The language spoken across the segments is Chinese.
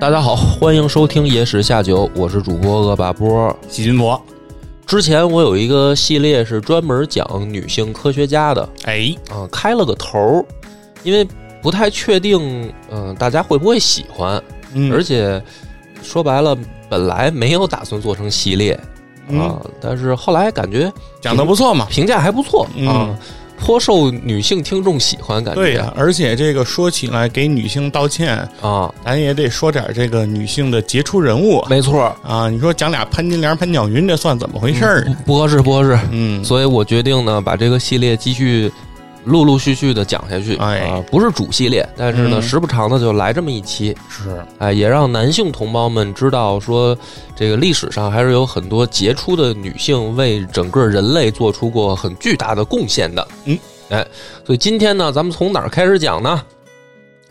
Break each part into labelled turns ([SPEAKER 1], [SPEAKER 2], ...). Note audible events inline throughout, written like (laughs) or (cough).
[SPEAKER 1] 大家好，欢迎收听《野史下酒》，我是主播恶霸波。
[SPEAKER 2] 细菌博，
[SPEAKER 1] 之前我有一个系列是专门讲女性科学家的，
[SPEAKER 2] 哎，
[SPEAKER 1] 啊、开了个头儿，因为不太确定，嗯、大家会不会喜欢，
[SPEAKER 2] 嗯
[SPEAKER 1] 而且说白了，本来没有打算做成系列
[SPEAKER 2] 嗯
[SPEAKER 1] 啊、但是后来感觉
[SPEAKER 2] 讲的不错嘛，
[SPEAKER 1] 评价还不错
[SPEAKER 2] 嗯
[SPEAKER 1] 啊，颇受女性听众喜欢，感觉
[SPEAKER 2] 对呀、而且这个说起来给女性道歉，
[SPEAKER 1] 啊，
[SPEAKER 2] 咱也得说点这个女性的杰出人物
[SPEAKER 1] 没错儿，
[SPEAKER 2] 啊。你说讲俩潘金莲、潘巧云，这算怎么回
[SPEAKER 1] 嗯
[SPEAKER 2] 事儿呢？
[SPEAKER 1] 不合适，不合适。
[SPEAKER 2] 嗯，
[SPEAKER 1] 所以我决定呢，把这个系列继续陆陆续续的讲下去。
[SPEAKER 2] 哎
[SPEAKER 1] 啊，不是主系列，但是呢，
[SPEAKER 2] 嗯
[SPEAKER 1] 时不常的就来这么一期，
[SPEAKER 2] 是，
[SPEAKER 1] 哎，也让男性同胞们知道说，这个历史上还是有很多杰出的女性为整个人类做出过很巨大的贡献的。
[SPEAKER 2] 嗯，
[SPEAKER 1] 哎，所以今天呢，咱们从哪儿开始讲呢？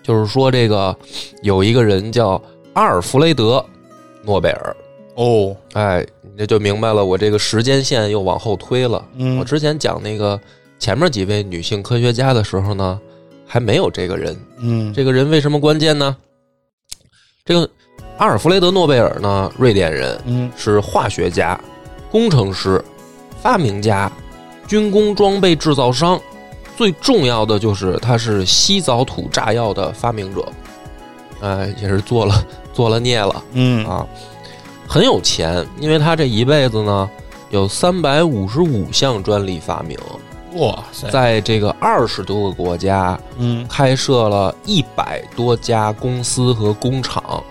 [SPEAKER 1] 就是说，这个有一个人叫阿尔弗雷德·诺贝尔，
[SPEAKER 2] 哦，
[SPEAKER 1] 哎，你这就明白了，我这个时间线又往后推了。我
[SPEAKER 2] 嗯，
[SPEAKER 1] 之前讲那个前面几位女性科学家的时候呢，还没有这个人。
[SPEAKER 2] 嗯，
[SPEAKER 1] 这个人为什么关键呢？这个阿尔弗雷德·诺贝尔呢，瑞典人，
[SPEAKER 2] 嗯，
[SPEAKER 1] 是化学家、工程师、发明家、军工装备制造商，最重要的就是他是西藻土炸药的发明者，哎，也是做了做了孽了。
[SPEAKER 2] 嗯，
[SPEAKER 1] 啊，很有钱，因为他这一辈子呢有三百五十五项专利发明，
[SPEAKER 2] 哇塞，
[SPEAKER 1] 在这个二十多个国家
[SPEAKER 2] 嗯，
[SPEAKER 1] 开设了一百多家公司和工厂，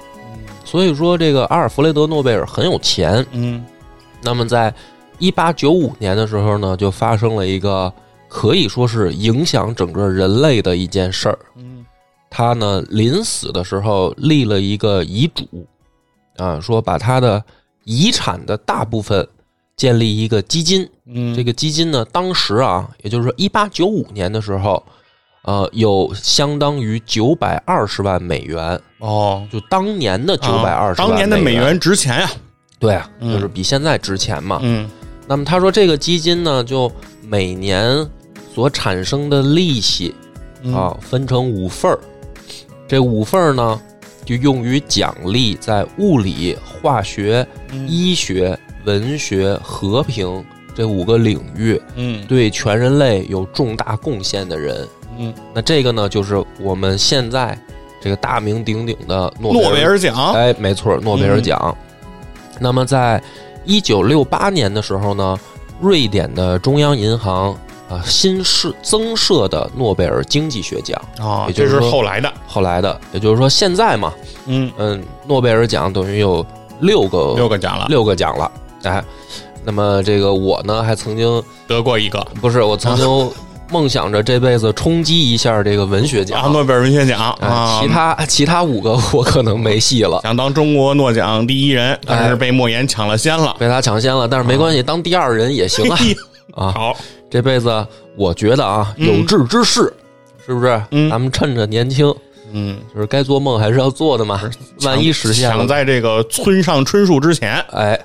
[SPEAKER 1] 所以说这个阿尔弗雷德·诺贝尔很有钱。
[SPEAKER 2] 嗯，
[SPEAKER 1] 那么在一八九五年的时候呢，就发生了一个可以说是影响整个人类的一件事儿。
[SPEAKER 2] 嗯，
[SPEAKER 1] 他呢临死的时候立了一个遗嘱，啊，说把他的遗产的大部分建立一个基金。
[SPEAKER 2] 嗯，
[SPEAKER 1] 这
[SPEAKER 2] 个，
[SPEAKER 1] 个基金呢，当时啊，也就是说一八九五年的时候，呃，有相当于九百二十万美元，
[SPEAKER 2] 哦，
[SPEAKER 1] 就当年的九百二
[SPEAKER 2] 啊
[SPEAKER 1] 十万、
[SPEAKER 2] 当年的美
[SPEAKER 1] 元，
[SPEAKER 2] 元值钱呀，
[SPEAKER 1] 对啊，
[SPEAKER 2] 嗯
[SPEAKER 1] 就是比现在值钱嘛。
[SPEAKER 2] 嗯，
[SPEAKER 1] 那么他说这个基金呢，就每年所产生的利息
[SPEAKER 2] 嗯
[SPEAKER 1] 啊，，分成五份儿，这五份儿呢，就用于奖励在物理、化学、
[SPEAKER 2] 嗯，
[SPEAKER 1] 医学、文学、和平这五个领域
[SPEAKER 2] 嗯，
[SPEAKER 1] 对全人类有重大贡献的人。
[SPEAKER 2] 嗯，
[SPEAKER 1] 那这个呢，就是我们现在这个大名鼎鼎的诺
[SPEAKER 2] 诺贝
[SPEAKER 1] 尔。
[SPEAKER 2] 尔奖，嗯
[SPEAKER 1] 哎，没错，诺贝尔奖。那么在一九六八年的时候呢，瑞典的中央银行啊新设增设的诺贝尔经济学奖。
[SPEAKER 2] 啊，
[SPEAKER 1] 也就
[SPEAKER 2] 这
[SPEAKER 1] 是
[SPEAKER 2] 是
[SPEAKER 1] 说
[SPEAKER 2] 后来的，
[SPEAKER 1] 后来的，也就是说现在嘛，
[SPEAKER 2] 嗯，
[SPEAKER 1] 嗯，诺贝尔奖等于有六个
[SPEAKER 2] 六个奖了，
[SPEAKER 1] 六个奖了，哎，那么这个我呢还曾经
[SPEAKER 2] 得过一个，
[SPEAKER 1] 不是我曾经梦想着这辈子冲击一下这个文学
[SPEAKER 2] 啊，
[SPEAKER 1] 奖，
[SPEAKER 2] 诺贝尔文学奖啊
[SPEAKER 1] 哎，其他其他五个 (laughs) 我可能没戏了，
[SPEAKER 2] 想当中国诺奖第一人，但是被莫言抢了先了。
[SPEAKER 1] 被他抢先了，但是没
[SPEAKER 2] 啊
[SPEAKER 1] 关系，当第二人也行
[SPEAKER 2] (laughs)
[SPEAKER 1] 啊啊，
[SPEAKER 2] 好，
[SPEAKER 1] 这辈子我觉得啊
[SPEAKER 2] 嗯
[SPEAKER 1] 有志之士。是不是？
[SPEAKER 2] 嗯
[SPEAKER 1] 咱们趁着年轻，
[SPEAKER 2] 嗯，
[SPEAKER 1] 就是该做梦还是要做的嘛。万一实现了
[SPEAKER 2] 想，在这个村上春树之前，
[SPEAKER 1] 哎，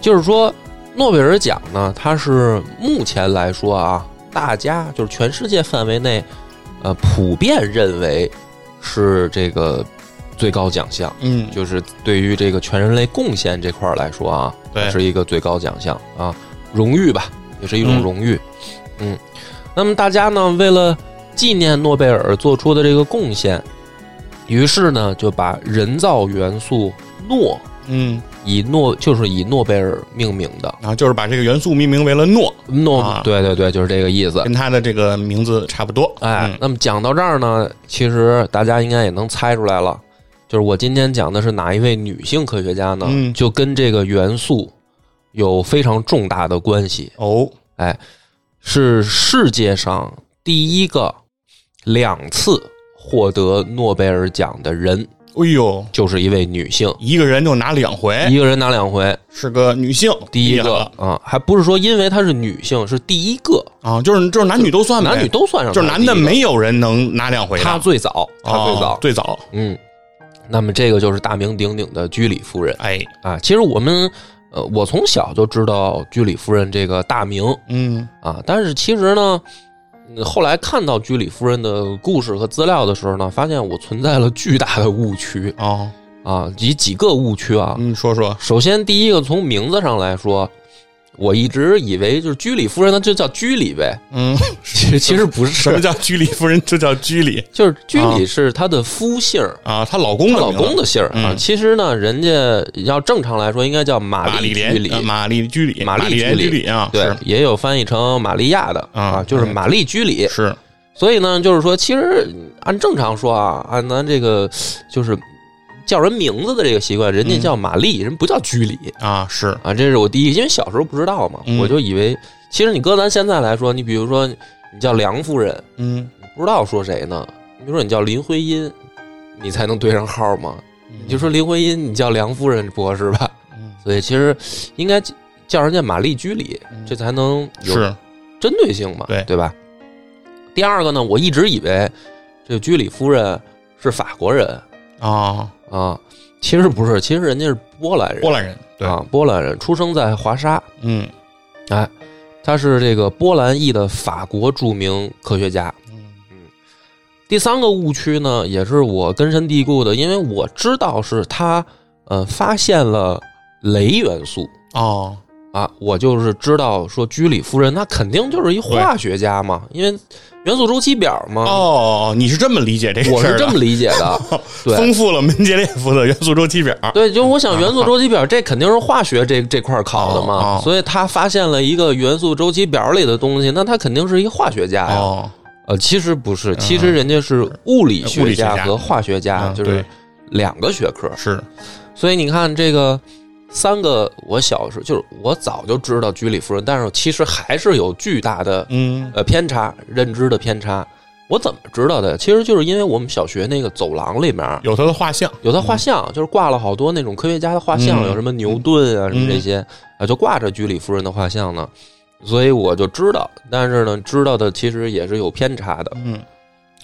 [SPEAKER 1] 就是说诺贝尔奖呢，它是目前来说啊，大家就是全世界范围内，呃，普遍认为是这个最高奖项，
[SPEAKER 2] 嗯，
[SPEAKER 1] 就是对于这个全人类贡献这块儿来说啊，
[SPEAKER 2] 对，
[SPEAKER 1] 是一个最高奖项啊，荣誉吧，也是一种
[SPEAKER 2] 嗯
[SPEAKER 1] 荣誉。嗯那么大家呢，为了纪念诺贝尔做出的这个贡献，于是呢，就把人造元素诺
[SPEAKER 2] 嗯，
[SPEAKER 1] 以诺就是以诺贝尔命名的
[SPEAKER 2] 然后就是把这个元素命名为了诺，
[SPEAKER 1] 诺，
[SPEAKER 2] 啊
[SPEAKER 1] 对对对，就是这个意思。
[SPEAKER 2] 跟他的这个名字差不多。
[SPEAKER 1] 哎，
[SPEAKER 2] 嗯，
[SPEAKER 1] 那么讲到这儿呢，其实大家应该也能猜出来了，就是我今天讲的是哪一位女性科学家呢？
[SPEAKER 2] 嗯
[SPEAKER 1] 就跟这个元素有非常重大的关系，
[SPEAKER 2] 哦，
[SPEAKER 1] 是世界上第一个两次获得诺贝尔奖的人，
[SPEAKER 2] 哎呦，
[SPEAKER 1] 就是一位女性，
[SPEAKER 2] 一个人就拿两回，
[SPEAKER 1] 一个人拿两回，
[SPEAKER 2] 是个女性，
[SPEAKER 1] 第一
[SPEAKER 2] 哎厉害
[SPEAKER 1] 个
[SPEAKER 2] 了
[SPEAKER 1] 啊，还不是说因为她是女性，是第一个，
[SPEAKER 2] 啊，就是就是男女都算呗，
[SPEAKER 1] 男女都算上，
[SPEAKER 2] 就是男的
[SPEAKER 1] 没。
[SPEAKER 2] 没有人能拿两回的，
[SPEAKER 1] 他最早，他最早，
[SPEAKER 2] 哦最早，
[SPEAKER 1] 嗯，那么这个就是大名鼎鼎的居里夫人
[SPEAKER 2] 哎，
[SPEAKER 1] 啊。其实我们，呃，我从小就知道居里夫人这个大名
[SPEAKER 2] 嗯
[SPEAKER 1] 啊，但是其实呢，嗯后来看到居里夫人的故事和资料的时候呢，发现我存在了巨大的误区。
[SPEAKER 2] 哦，
[SPEAKER 1] 啊，几几个误区啊。
[SPEAKER 2] 嗯，说说，
[SPEAKER 1] 首先，第一个从名字上来说，我一直以为就是居里夫人，那就叫居里呗。
[SPEAKER 2] 嗯，
[SPEAKER 1] 其实其实不
[SPEAKER 2] 什么
[SPEAKER 1] 是，
[SPEAKER 2] 叫居里夫人？就叫居里
[SPEAKER 1] (laughs) 就是居里是她的夫姓儿，
[SPEAKER 2] 啊，她老公
[SPEAKER 1] 她
[SPEAKER 2] 的
[SPEAKER 1] 老
[SPEAKER 2] 名字
[SPEAKER 1] 公的姓儿啊。
[SPEAKER 2] 嗯
[SPEAKER 1] 其实呢，人家要正常来说应该叫玛
[SPEAKER 2] 玛丽
[SPEAKER 1] 丽居
[SPEAKER 2] 莲，
[SPEAKER 1] 里，
[SPEAKER 2] 呃玛丽居里，
[SPEAKER 1] 玛
[SPEAKER 2] 玛
[SPEAKER 1] 丽
[SPEAKER 2] 丽
[SPEAKER 1] 居里
[SPEAKER 2] 莲居里啊，
[SPEAKER 1] 对，也有翻译成玛利亚的
[SPEAKER 2] 啊
[SPEAKER 1] 啊，就是玛丽居里
[SPEAKER 2] 是。是，
[SPEAKER 1] 所以呢，就是说，其实按正常说啊，按咱这个就是叫人名字的这个习惯，人家叫玛丽，人不叫居里
[SPEAKER 2] 啊，是，
[SPEAKER 1] 啊。这是我第一，因为小时候不知道嘛，
[SPEAKER 2] 嗯
[SPEAKER 1] 我就以为，其实你搁咱现在来说，你比如说你叫梁夫人，
[SPEAKER 2] 嗯，
[SPEAKER 1] 你不知道说谁呢？你比如说你叫林徽因，你才能对上号嘛。你就说林徽因，你叫梁夫人不合适吧？
[SPEAKER 2] 嗯
[SPEAKER 1] 所以其实应该叫人家玛丽居里，这才能有
[SPEAKER 2] 嗯是，
[SPEAKER 1] 针对性嘛，
[SPEAKER 2] 对
[SPEAKER 1] 吧？第二个呢，我一直以为这个居里夫人是法国人
[SPEAKER 2] 啊，
[SPEAKER 1] 啊，其实不是，其实人家是波兰人，
[SPEAKER 2] 波兰人，对，
[SPEAKER 1] 啊，波兰人出生在华沙，
[SPEAKER 2] 嗯，
[SPEAKER 1] 哎，他是这个波兰裔的法国著名科学家。
[SPEAKER 2] 嗯
[SPEAKER 1] 第三个误区呢，也是我根深蒂固的，因为我知道是他呃发现了镭元素
[SPEAKER 2] 哦，
[SPEAKER 1] 啊，我就是知道说居里夫人那肯定就是一化学家嘛，因为元素周期表嘛，
[SPEAKER 2] 哦，你是这么理解这个
[SPEAKER 1] 我
[SPEAKER 2] 事
[SPEAKER 1] 是
[SPEAKER 2] 儿
[SPEAKER 1] 这
[SPEAKER 2] 的？
[SPEAKER 1] 么理解的，对
[SPEAKER 2] 丰富了门捷列夫的元素周期表，
[SPEAKER 1] 对，就是我想元素周期表这肯定是化学这这块儿考的
[SPEAKER 2] 哦
[SPEAKER 1] 嘛，
[SPEAKER 2] 哦
[SPEAKER 1] 所以他发现了一个元素周期表里的东西，那他肯定是一化学家呀。
[SPEAKER 2] 哦，嗯
[SPEAKER 1] 呃，其实不是，其实人家是物理
[SPEAKER 2] 物
[SPEAKER 1] 学
[SPEAKER 2] 理学
[SPEAKER 1] 家
[SPEAKER 2] 家
[SPEAKER 1] 和化学家，
[SPEAKER 2] 嗯
[SPEAKER 1] 哎就是
[SPEAKER 2] 对
[SPEAKER 1] 两个学科。
[SPEAKER 2] 是，
[SPEAKER 1] 所以你看这个三个，我小时候就是我早就知道居里夫人，但是其实还是有巨大的
[SPEAKER 2] 嗯，
[SPEAKER 1] 呃偏差，认知的偏差。我怎么知道的？其实就是因为我们小学那个走廊里面，
[SPEAKER 2] 有他的画像，
[SPEAKER 1] 有他画像，就是挂了好多那种科学家的画像，
[SPEAKER 2] 嗯
[SPEAKER 1] 有什么牛顿啊什么这些啊，就挂着居里夫人的画像呢，所以我就知道，但是呢，知道的其实也是有偏差的，
[SPEAKER 2] 嗯，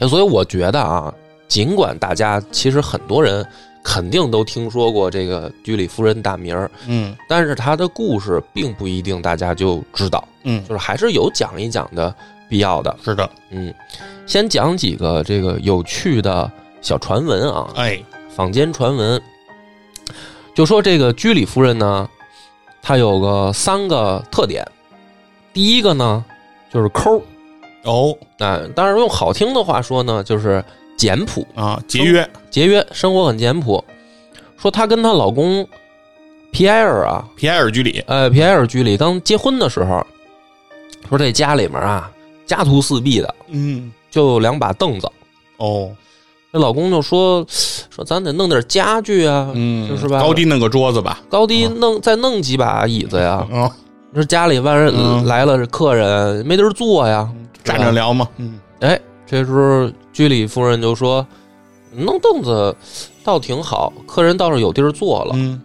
[SPEAKER 1] 所以我觉得啊，尽管大家其实很多人肯定都听说过这个居里夫人大名儿，
[SPEAKER 2] 嗯，
[SPEAKER 1] 但是她的故事并不一定大家就知道，
[SPEAKER 2] 嗯
[SPEAKER 1] 就，是还是有讲一讲的必要的。
[SPEAKER 2] 是的，
[SPEAKER 1] 嗯，先讲几个这个有趣的小传闻啊，
[SPEAKER 2] 哎，
[SPEAKER 1] 坊间传闻，就说这个居里夫人呢，她有个三个特点。第一个呢，就是抠儿，
[SPEAKER 2] 哦，
[SPEAKER 1] 啊，当然用好听的话说呢，就是简朴、
[SPEAKER 2] 啊，节约，
[SPEAKER 1] 节约，生活很简朴。说她跟她老公皮埃尔啊，
[SPEAKER 2] 皮埃尔居里，
[SPEAKER 1] 呃，皮埃尔居里刚结婚的时候，说这家里面啊，家徒四壁的，
[SPEAKER 2] 嗯，
[SPEAKER 1] 就两把凳子。
[SPEAKER 2] 哦，
[SPEAKER 1] 那老公就说说咱得弄点家具啊，
[SPEAKER 2] 嗯，啊
[SPEAKER 1] 就是吧
[SPEAKER 2] 高低弄个桌子吧，
[SPEAKER 1] 高低弄再弄几把椅子呀，
[SPEAKER 2] 啊，
[SPEAKER 1] 说家里万人
[SPEAKER 2] 嗯
[SPEAKER 1] 来了客人没地儿坐呀，
[SPEAKER 2] 站着聊嘛，嗯，
[SPEAKER 1] 哎，这时候居里夫人就说：“弄凳子倒挺好，客人倒是有地儿坐了。
[SPEAKER 2] 嗯，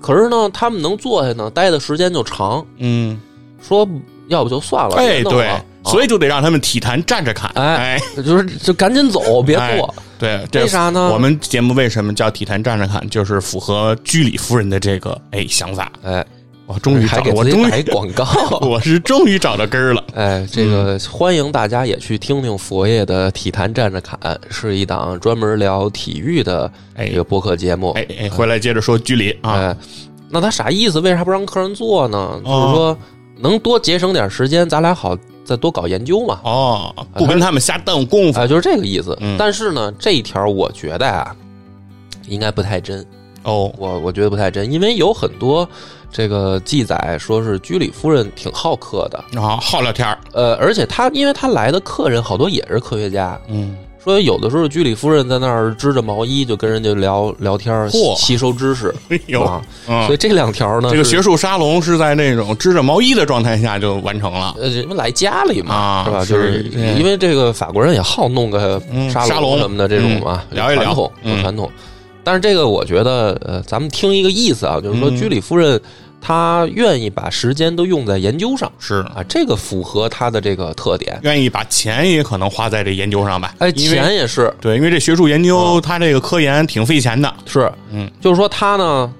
[SPEAKER 1] 可是呢，他们能坐下呢，待的时间就长。
[SPEAKER 2] 嗯，
[SPEAKER 1] 说要不就算了，
[SPEAKER 2] 哎，
[SPEAKER 1] 别弄了
[SPEAKER 2] 对
[SPEAKER 1] 啊，
[SPEAKER 2] 所以就得让他们体坛站着看，
[SPEAKER 1] 哎
[SPEAKER 2] 哎，
[SPEAKER 1] 就是就赶紧走，别坐。
[SPEAKER 2] 对，这
[SPEAKER 1] 为啥呢？
[SPEAKER 2] 我们节目为什么叫体坛站着看，就是符合居里夫人的这个哎想法。
[SPEAKER 1] 哎，
[SPEAKER 2] 我终于
[SPEAKER 1] 还
[SPEAKER 2] 找，
[SPEAKER 1] 给
[SPEAKER 2] 我
[SPEAKER 1] 自己
[SPEAKER 2] 终
[SPEAKER 1] 打一
[SPEAKER 2] 于，
[SPEAKER 1] 广告。
[SPEAKER 2] 我是终于找到根儿了。
[SPEAKER 1] 哎，这
[SPEAKER 2] 嗯
[SPEAKER 1] 个欢迎大家也去听听佛爷的《体坛站着侃》，是一档专门聊体育的
[SPEAKER 2] 哎
[SPEAKER 1] 一个播客节目。
[SPEAKER 2] 哎哎，回来接着说居里啊，
[SPEAKER 1] 哎，那他啥意思？为啥不让客人做呢？就
[SPEAKER 2] 哦
[SPEAKER 1] 是说能多节省点时间，咱俩好再多搞研究嘛。
[SPEAKER 2] 哦，不跟他们瞎耽误功夫
[SPEAKER 1] 哎，就是这个意思。
[SPEAKER 2] 哦嗯
[SPEAKER 1] 但是呢，这一条我觉得啊，应该不太真。
[SPEAKER 2] 哦，
[SPEAKER 1] 我我觉得不太真，因为有很多这个记载说是居里夫人挺好客的，
[SPEAKER 2] 然后好聊天儿，
[SPEAKER 1] 呃，而且她因为她来的客人好多也是科学家，
[SPEAKER 2] 嗯，
[SPEAKER 1] 说有的时候居里夫人在那儿织着毛衣就跟人家聊聊天儿，
[SPEAKER 2] 嚯
[SPEAKER 1] 吸收知识
[SPEAKER 2] 哎呦，
[SPEAKER 1] 啊。
[SPEAKER 2] 嗯
[SPEAKER 1] 所以这两条呢，
[SPEAKER 2] 这个
[SPEAKER 1] 是
[SPEAKER 2] 学术沙龙是在那种织着毛衣的状态下就完成了，
[SPEAKER 1] 呃，人们来家里嘛，
[SPEAKER 2] 啊
[SPEAKER 1] 是吧？
[SPEAKER 2] 是
[SPEAKER 1] 就是
[SPEAKER 2] 嗯
[SPEAKER 1] 因为这个法国人也好弄个
[SPEAKER 2] 嗯
[SPEAKER 1] 沙
[SPEAKER 2] 沙龙
[SPEAKER 1] 什么的这种嘛，
[SPEAKER 2] 嗯聊一聊
[SPEAKER 1] 传统
[SPEAKER 2] 嗯
[SPEAKER 1] 有传统。但是这个我觉得，呃，咱们听一个意思啊，就是说
[SPEAKER 2] 嗯
[SPEAKER 1] 居里夫人她愿意把时间都用在研究上
[SPEAKER 2] 是
[SPEAKER 1] 啊，这个符合她的这个特点。
[SPEAKER 2] 愿意把钱也可能花在这研究上吧？
[SPEAKER 1] 哎，
[SPEAKER 2] 因为
[SPEAKER 1] 钱也哦是
[SPEAKER 2] 对，因为这学术研究它这个科研挺费钱的，
[SPEAKER 1] 是，
[SPEAKER 2] 嗯
[SPEAKER 1] 就是说她呢，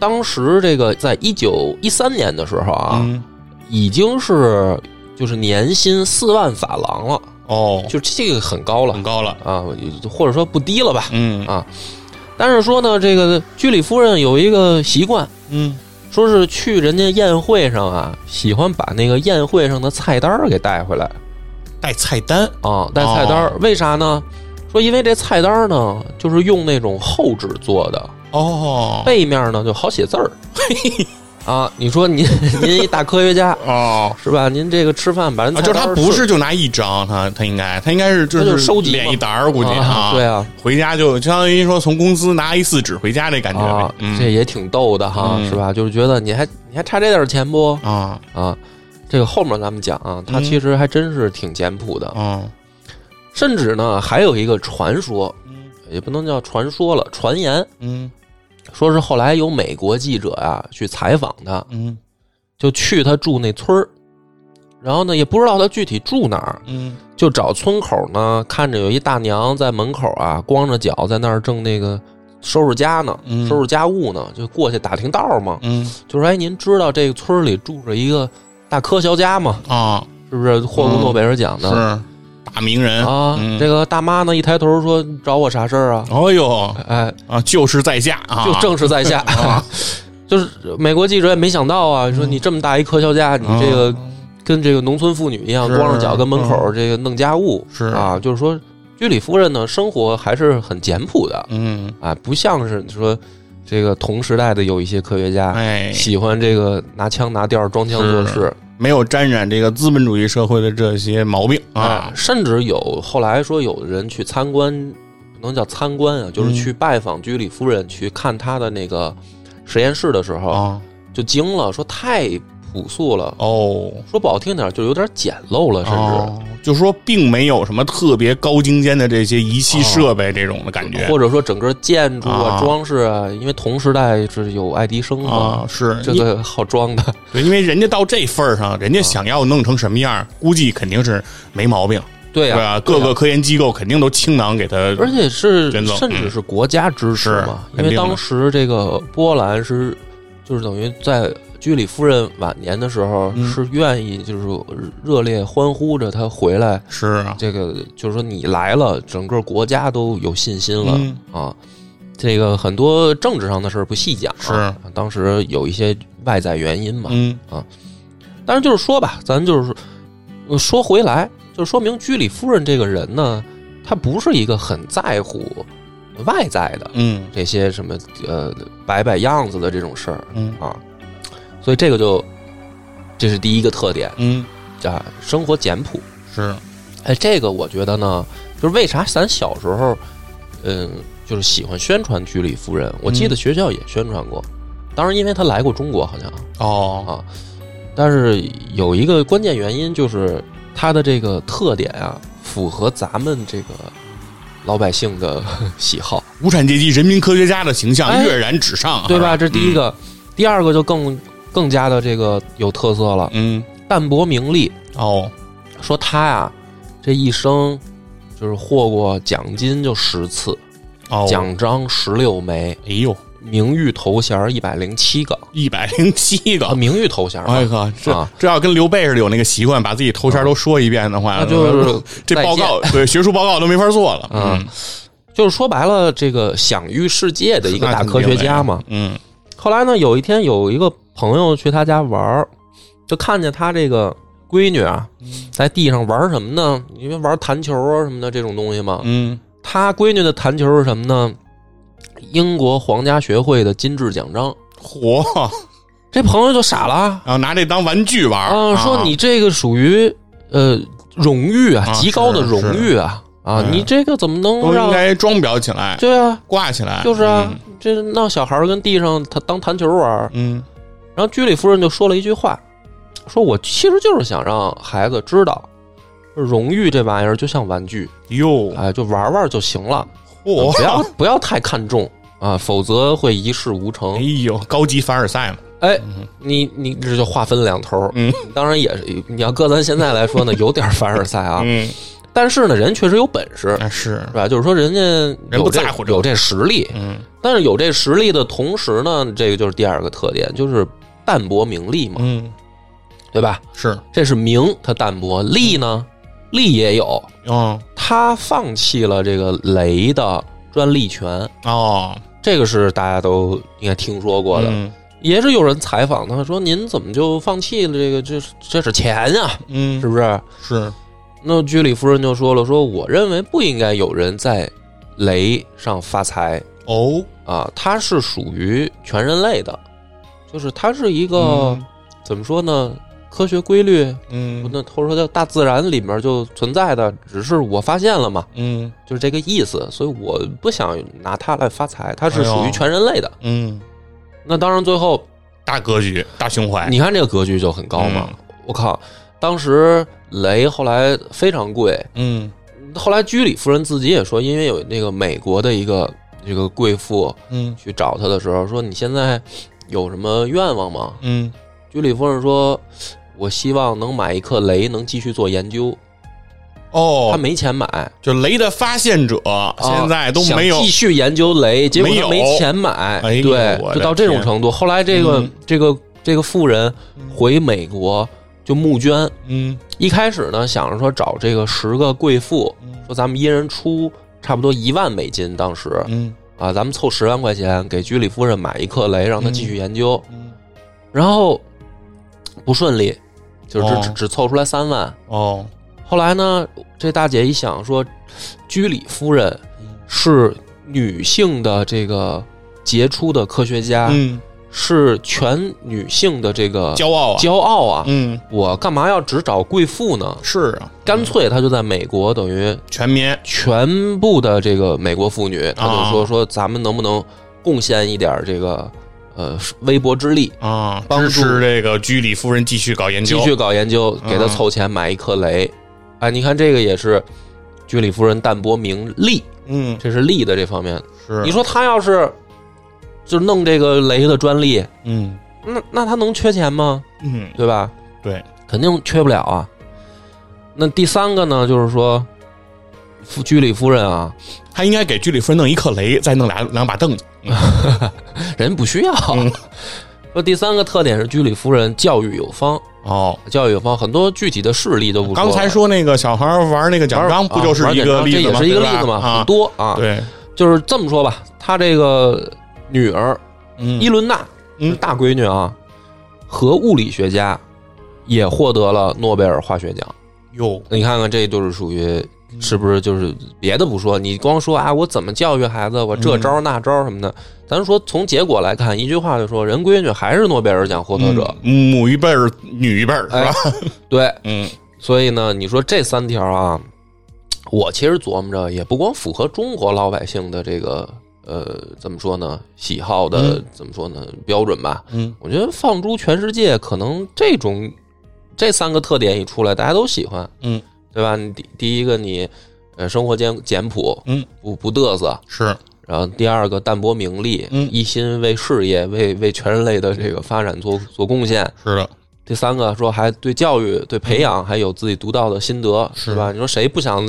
[SPEAKER 1] 当时这个在一九一三年的时候啊，
[SPEAKER 2] 嗯
[SPEAKER 1] 已经是就是年薪四万法郎了，
[SPEAKER 2] 哦，
[SPEAKER 1] 就这个很高了
[SPEAKER 2] 嗯很高了，
[SPEAKER 1] 啊，或者说不低了吧？
[SPEAKER 2] 嗯
[SPEAKER 1] 啊，但是说呢，这个居里夫人有一个习惯，
[SPEAKER 2] 嗯，
[SPEAKER 1] 说是去人家宴会上啊，喜欢把那个宴会上的菜单儿给带回来
[SPEAKER 2] 带菜单，
[SPEAKER 1] 啊，带菜单儿。
[SPEAKER 2] 哦
[SPEAKER 1] 为啥呢？说因为这菜单儿呢，就是用那种厚纸做的，
[SPEAKER 2] 哦，
[SPEAKER 1] 背面呢就好写字儿。 (laughs) 啊，你 (laughs) 说您您一大科学家
[SPEAKER 2] 哦。
[SPEAKER 1] 是吧？您这个吃饭把人
[SPEAKER 2] 啊，
[SPEAKER 1] 菜
[SPEAKER 2] 就是
[SPEAKER 1] 单儿
[SPEAKER 2] 他不是就拿一张，他他应该他应该是就
[SPEAKER 1] 他就是收集嘛
[SPEAKER 2] 敛一沓儿，估计
[SPEAKER 1] 啊，对啊，
[SPEAKER 2] 回家就相当于说从公司拿 A 四纸回家这感觉
[SPEAKER 1] 啊
[SPEAKER 2] 呗，，嗯
[SPEAKER 1] 这也挺逗的哈，
[SPEAKER 2] 嗯
[SPEAKER 1] 是吧？就是觉得你还你还差这点钱不
[SPEAKER 2] 啊
[SPEAKER 1] 啊？这个后面咱们讲啊，他
[SPEAKER 2] 嗯
[SPEAKER 1] 其实还真是挺简朴的，
[SPEAKER 2] 嗯
[SPEAKER 1] 甚至呢还有一个传说，也不能叫传说了，传言
[SPEAKER 2] 嗯
[SPEAKER 1] 说是后来有美国记者啊去采访他，
[SPEAKER 2] 嗯
[SPEAKER 1] 就去他住那村儿，然后呢也不知道他具体住哪儿，
[SPEAKER 2] 嗯
[SPEAKER 1] 就找村口呢，看着有一大娘在门口啊光着脚在那儿正那个收拾家呢，
[SPEAKER 2] 嗯
[SPEAKER 1] 收拾家务呢，就过去打听道儿嘛。
[SPEAKER 2] 嗯
[SPEAKER 1] 就说：“哎，您知道这个村儿里住着一个大科学家吗？
[SPEAKER 2] 啊，
[SPEAKER 1] 是不是获
[SPEAKER 2] 嗯
[SPEAKER 1] 过诺贝尔奖的、
[SPEAKER 2] 是大名人
[SPEAKER 1] 啊、
[SPEAKER 2] 嗯
[SPEAKER 1] 这个大妈呢，一抬头说：‘找我啥事儿啊
[SPEAKER 2] 哎呦？’
[SPEAKER 1] 哎，
[SPEAKER 2] 啊，就是在下啊，
[SPEAKER 1] 就正是在下。
[SPEAKER 2] 啊
[SPEAKER 1] (laughs)
[SPEAKER 2] 嗯
[SPEAKER 1] 就是美国记者也没想到啊，说你这么大一科学家，你这个跟这个农村妇女一样，
[SPEAKER 2] 是嗯
[SPEAKER 1] 光着脚跟门口这个弄家务
[SPEAKER 2] 是，
[SPEAKER 1] 啊。就是说，居里夫人呢，生活还是很简朴的
[SPEAKER 2] 嗯，
[SPEAKER 1] 啊，不像是说这个同时代的有一些科学家。
[SPEAKER 2] 哎，
[SPEAKER 1] 喜欢这个拿枪拿调儿装腔作
[SPEAKER 2] 是
[SPEAKER 1] 势，
[SPEAKER 2] 没有沾染这个资本主义社会的这些毛病
[SPEAKER 1] 啊
[SPEAKER 2] 啊，，
[SPEAKER 1] 甚至有后来说有人去参观，不能叫参观啊，就是
[SPEAKER 2] 嗯
[SPEAKER 1] 去拜访居里夫人，去看她的那个实验室的时候，
[SPEAKER 2] 啊
[SPEAKER 1] 就惊了，说太朴素了，
[SPEAKER 2] 哦。
[SPEAKER 1] 说不好听点儿就有点简陋了，甚至、
[SPEAKER 2] 哦，就说并没有什么特别高精尖的这些仪器设备这种的感觉
[SPEAKER 1] 哦或者说整个建筑啊、
[SPEAKER 2] 啊
[SPEAKER 1] 装饰啊，因为同时代是有爱迪生嘛，
[SPEAKER 2] 啊，是
[SPEAKER 1] 这
[SPEAKER 2] 因
[SPEAKER 1] 个嗯好装的，
[SPEAKER 2] 对，因为人家到这份儿上，人家想要弄成什么样儿，估计肯定是没毛病，
[SPEAKER 1] 对
[SPEAKER 2] 对啊
[SPEAKER 1] 呀、
[SPEAKER 2] 吧？各个科研机构肯定都倾囊给他，
[SPEAKER 1] 而且是
[SPEAKER 2] 真的
[SPEAKER 1] 甚至
[SPEAKER 2] 嗯
[SPEAKER 1] 是国家支持
[SPEAKER 2] 是
[SPEAKER 1] 嘛，因
[SPEAKER 2] 肯
[SPEAKER 1] 为
[SPEAKER 2] 定的
[SPEAKER 1] 当时这个波兰是就是等于在居里夫人晚年的时候
[SPEAKER 2] 嗯
[SPEAKER 1] 是愿意就是热烈欢呼着她回来，
[SPEAKER 2] 是啊，
[SPEAKER 1] 这个就是说你来了，整个国家都有信心了、
[SPEAKER 2] 嗯
[SPEAKER 1] 啊。这个很多政治上的事儿不细讲、啊，是当时有一些外在原因嘛。
[SPEAKER 2] 嗯
[SPEAKER 1] 但是就是说吧，咱就是呃说回来，就说明居里夫人这个人呢，她不是一个很在乎外在的
[SPEAKER 2] 嗯
[SPEAKER 1] 这些什么呃摆摆样子的这种事儿
[SPEAKER 2] 嗯
[SPEAKER 1] 啊，所以这个就这是第一个特点
[SPEAKER 2] 嗯，
[SPEAKER 1] 啊，生活简朴。
[SPEAKER 2] 是
[SPEAKER 1] 哎，这个我觉得呢，就是为啥咱小时候，嗯，就是喜欢宣传居里夫人，我记得学校也宣传过，当然因为她来过中国好像。
[SPEAKER 2] 哦，
[SPEAKER 1] 啊，但是有一个关键原因就是它的这个特点啊，符合咱们这个老百姓的喜好，
[SPEAKER 2] 无产阶级人民科学家的形象
[SPEAKER 1] 哎
[SPEAKER 2] 跃然纸上，
[SPEAKER 1] 对吧？
[SPEAKER 2] 是
[SPEAKER 1] 这第一，
[SPEAKER 2] 嗯
[SPEAKER 1] 个，第二个就更更加的这个有特色了，
[SPEAKER 2] 嗯，
[SPEAKER 1] 淡泊名利。
[SPEAKER 2] 嗯哦，
[SPEAKER 1] 说他呀、这一生就是获过奖金就十次，
[SPEAKER 2] 哦，
[SPEAKER 1] 奖章十六枚，
[SPEAKER 2] 哎呦，
[SPEAKER 1] 名誉头衔一百零七个
[SPEAKER 2] 一百零七个
[SPEAKER 1] 啊，，名誉头衔啊。
[SPEAKER 2] 哎哥，这
[SPEAKER 1] 啊
[SPEAKER 2] 这要跟刘备似的有那个习惯，把自己头衔都说一遍的话，
[SPEAKER 1] 那 (laughs) 就是
[SPEAKER 2] 这
[SPEAKER 1] 再见
[SPEAKER 2] 报告
[SPEAKER 1] (laughs)
[SPEAKER 2] 对学术报告都没法做了。
[SPEAKER 1] 嗯就是说白了，这个享誉世界的一个大科学家嘛。
[SPEAKER 2] 嗯，
[SPEAKER 1] 后来呢，有一天有一个朋友去他家玩儿，就看见他这个闺女啊，在地上玩什么呢？因为玩弹球啊什么的这种东西嘛。
[SPEAKER 2] 嗯
[SPEAKER 1] 他闺女的弹球是什么呢？英国皇家学会的金质奖章。
[SPEAKER 2] 嗯，嚯，
[SPEAKER 1] 这朋友就傻了啊，
[SPEAKER 2] 然后拿这当玩具玩
[SPEAKER 1] 啊说你这个属于呃荣誉啊，
[SPEAKER 2] 啊
[SPEAKER 1] 极高的荣誉啊啊，
[SPEAKER 2] 嗯
[SPEAKER 1] 你这个怎么能
[SPEAKER 2] 都应
[SPEAKER 1] 让？
[SPEAKER 2] 该嗯装裱起来，
[SPEAKER 1] 对啊，
[SPEAKER 2] 挂起来，
[SPEAKER 1] 就是啊，这闹小孩儿跟地上他当弹球玩儿，
[SPEAKER 2] 嗯，
[SPEAKER 1] 然后居里夫人就说了一句话，说我其实就是想让孩子知道，荣誉这玩意儿就像玩具，
[SPEAKER 2] 嗯，哟，
[SPEAKER 1] (laughs) 哎，就玩玩就行了，
[SPEAKER 2] 嚯，
[SPEAKER 1] 不要不要太看重啊，否则会一事无
[SPEAKER 2] 哎
[SPEAKER 1] 成。
[SPEAKER 2] 呦，高级凡尔赛嘛，
[SPEAKER 1] 哎，你你这就划分两头儿，
[SPEAKER 2] 嗯
[SPEAKER 1] 当然也是，你要搁咱现在来说呢，有点凡尔赛啊，
[SPEAKER 2] 嗯，
[SPEAKER 1] 但是呢，人确实有本事。
[SPEAKER 2] 那是
[SPEAKER 1] 是，吧？就是说，人家
[SPEAKER 2] 人
[SPEAKER 1] 有
[SPEAKER 2] 不
[SPEAKER 1] 这
[SPEAKER 2] 在乎这个
[SPEAKER 1] 有这实力，
[SPEAKER 2] 嗯
[SPEAKER 1] 但是有这实力的同时呢，这个就是第二个特点，就是淡泊名利嘛，
[SPEAKER 2] 嗯，
[SPEAKER 1] 对吧？
[SPEAKER 2] 是，
[SPEAKER 1] 这是名，他淡泊；利呢，利也有，
[SPEAKER 2] 哦
[SPEAKER 1] 他放弃了这个雷的专利权，
[SPEAKER 2] 哦，
[SPEAKER 1] 这个是大家都应该听说过的。
[SPEAKER 2] 嗯
[SPEAKER 1] 也是有人采访他说：“您怎么就放弃了这个？这这是钱呀、
[SPEAKER 2] 嗯
[SPEAKER 1] 是不是
[SPEAKER 2] 是？”
[SPEAKER 1] 那居里夫人就说了：“说我认为不应该有人在雷上发财
[SPEAKER 2] 哦，
[SPEAKER 1] 啊，它是属于全人类的，就是它是一个、怎么说呢？科学规律，
[SPEAKER 2] 嗯
[SPEAKER 1] 那或者说叫大自然里面就存在的，只是我发现了嘛，
[SPEAKER 2] 嗯
[SPEAKER 1] 就是这个意思。所以我不想拿它来发财，它是属
[SPEAKER 2] 哎
[SPEAKER 1] 于
[SPEAKER 2] 呦
[SPEAKER 1] 全人类的。
[SPEAKER 2] 嗯，
[SPEAKER 1] 那当然，最后
[SPEAKER 2] 大格局，大胸怀，
[SPEAKER 1] 你看这个格局就很高嘛。
[SPEAKER 2] 嗯
[SPEAKER 1] 我靠，当时雷后来非常贵，
[SPEAKER 2] 嗯
[SPEAKER 1] 后来居里夫人自己也说，因为有那个美国的一个这个贵妇
[SPEAKER 2] 嗯
[SPEAKER 1] 去找她的时候说：“你现在有什么愿望吗
[SPEAKER 2] 嗯，？”
[SPEAKER 1] 居里夫人说：“我希望能买一颗雷，能继续做研究。”她
[SPEAKER 2] 哦，
[SPEAKER 1] 没钱买，
[SPEAKER 2] 就雷的发现者现在都
[SPEAKER 1] 啊
[SPEAKER 2] 没有
[SPEAKER 1] 想继续研究雷，结果
[SPEAKER 2] 没
[SPEAKER 1] 她
[SPEAKER 2] 有
[SPEAKER 1] 没钱买，
[SPEAKER 2] 哎呦
[SPEAKER 1] 对
[SPEAKER 2] 我，的
[SPEAKER 1] 就到这种
[SPEAKER 2] 天
[SPEAKER 1] 程度。后来这个、
[SPEAKER 2] 嗯
[SPEAKER 1] 这个这个富人回美国就募捐，
[SPEAKER 2] 嗯
[SPEAKER 1] 一开始呢，想着说找这个十个贵妇，说咱们一人出差不多一万美金，当时
[SPEAKER 2] 嗯
[SPEAKER 1] 啊，咱们凑十万块钱给居里夫人买一颗雷，让她继续研究。
[SPEAKER 2] 嗯
[SPEAKER 1] 然后不顺利，就是只、
[SPEAKER 2] 哦
[SPEAKER 1] 只只凑出来三万。
[SPEAKER 2] 哦，
[SPEAKER 1] 后来呢，这大姐一想说，居里夫人
[SPEAKER 2] 嗯
[SPEAKER 1] 是女性的这个杰出的科学家，
[SPEAKER 2] 嗯，
[SPEAKER 1] 是全女性的这个
[SPEAKER 2] 骄傲啊，
[SPEAKER 1] 骄傲啊。
[SPEAKER 2] 嗯
[SPEAKER 1] 我干嘛要只找贵妇呢？
[SPEAKER 2] 是啊，
[SPEAKER 1] 干脆她就在美国，等于
[SPEAKER 2] 全民
[SPEAKER 1] 全部的这个美国妇女，她就说
[SPEAKER 2] 啊
[SPEAKER 1] 说咱们能不能贡献一点这个呃微薄之力，
[SPEAKER 2] 啊，
[SPEAKER 1] 帮助
[SPEAKER 2] 支持这个居里夫人继续搞研
[SPEAKER 1] 继
[SPEAKER 2] 究，嗯
[SPEAKER 1] 续搞研究，给她凑钱买一颗雷。哎，你看这个也是居里夫人淡泊名利，
[SPEAKER 2] 嗯
[SPEAKER 1] 这是利的这方面。
[SPEAKER 2] 是，啊
[SPEAKER 1] 你说她要是就弄这个雷的专利，
[SPEAKER 2] 嗯
[SPEAKER 1] 那那她能缺钱吗？
[SPEAKER 2] 嗯
[SPEAKER 1] 对吧？
[SPEAKER 2] 对，
[SPEAKER 1] 肯定缺不了啊。那第三个呢，就是说，夫居里夫人啊，
[SPEAKER 2] 他应该给居里夫人弄一克雷，再弄俩两把凳子，
[SPEAKER 1] 人不需要。
[SPEAKER 2] 嗯
[SPEAKER 1] (laughs) 说第三个特点是居里夫人教育有方，
[SPEAKER 2] 哦。
[SPEAKER 1] 教育有方，很多具体的事例都不说
[SPEAKER 2] 刚
[SPEAKER 1] 了。
[SPEAKER 2] 才说那个小孩玩那个奖章，不就是
[SPEAKER 1] 啊玩
[SPEAKER 2] 一
[SPEAKER 1] 简
[SPEAKER 2] 个
[SPEAKER 1] 章
[SPEAKER 2] 例子吗？
[SPEAKER 1] 这也是一个
[SPEAKER 2] 对吧
[SPEAKER 1] 例子嘛，很
[SPEAKER 2] 啊，
[SPEAKER 1] 多啊。
[SPEAKER 2] 对，
[SPEAKER 1] 就是这么说吧，她这个女儿
[SPEAKER 2] 嗯
[SPEAKER 1] 伊伦娜，
[SPEAKER 2] 嗯
[SPEAKER 1] 是大闺女啊，和物理学家也获得了诺贝尔化学奖。嗯
[SPEAKER 2] 哟，
[SPEAKER 1] 你看看，这就是属于是不是就是别的不说，你光说啊，我怎么教育孩子，我这招那招什么的，咱说从结果来看，一句话就说，人闺女还是诺贝尔奖获得者。哎
[SPEAKER 2] 嗯母一辈儿，女一辈儿，是吧？
[SPEAKER 1] 对，
[SPEAKER 2] 嗯
[SPEAKER 1] 所以呢，你说这三条啊，我其实琢磨着，也不光符合中国老百姓的这个呃，怎么说呢，喜好的、怎么说呢标准吧。
[SPEAKER 2] 嗯，
[SPEAKER 1] 我觉得放诸全世界，可能这种这三个特点一出来，大家都喜欢，
[SPEAKER 2] 嗯，
[SPEAKER 1] 对吧？你第第一个你呃生活简简朴，
[SPEAKER 2] 嗯，
[SPEAKER 1] 不不嘚瑟。
[SPEAKER 2] 是，
[SPEAKER 1] 然后第二个淡泊名利，
[SPEAKER 2] 嗯
[SPEAKER 1] 一心为事业，为为全人类的这个发展做做贡献。
[SPEAKER 2] 是的，
[SPEAKER 1] 第三个说还对教育、对培养还有自己独到的心得，
[SPEAKER 2] 嗯是
[SPEAKER 1] 是吧？你说谁不想？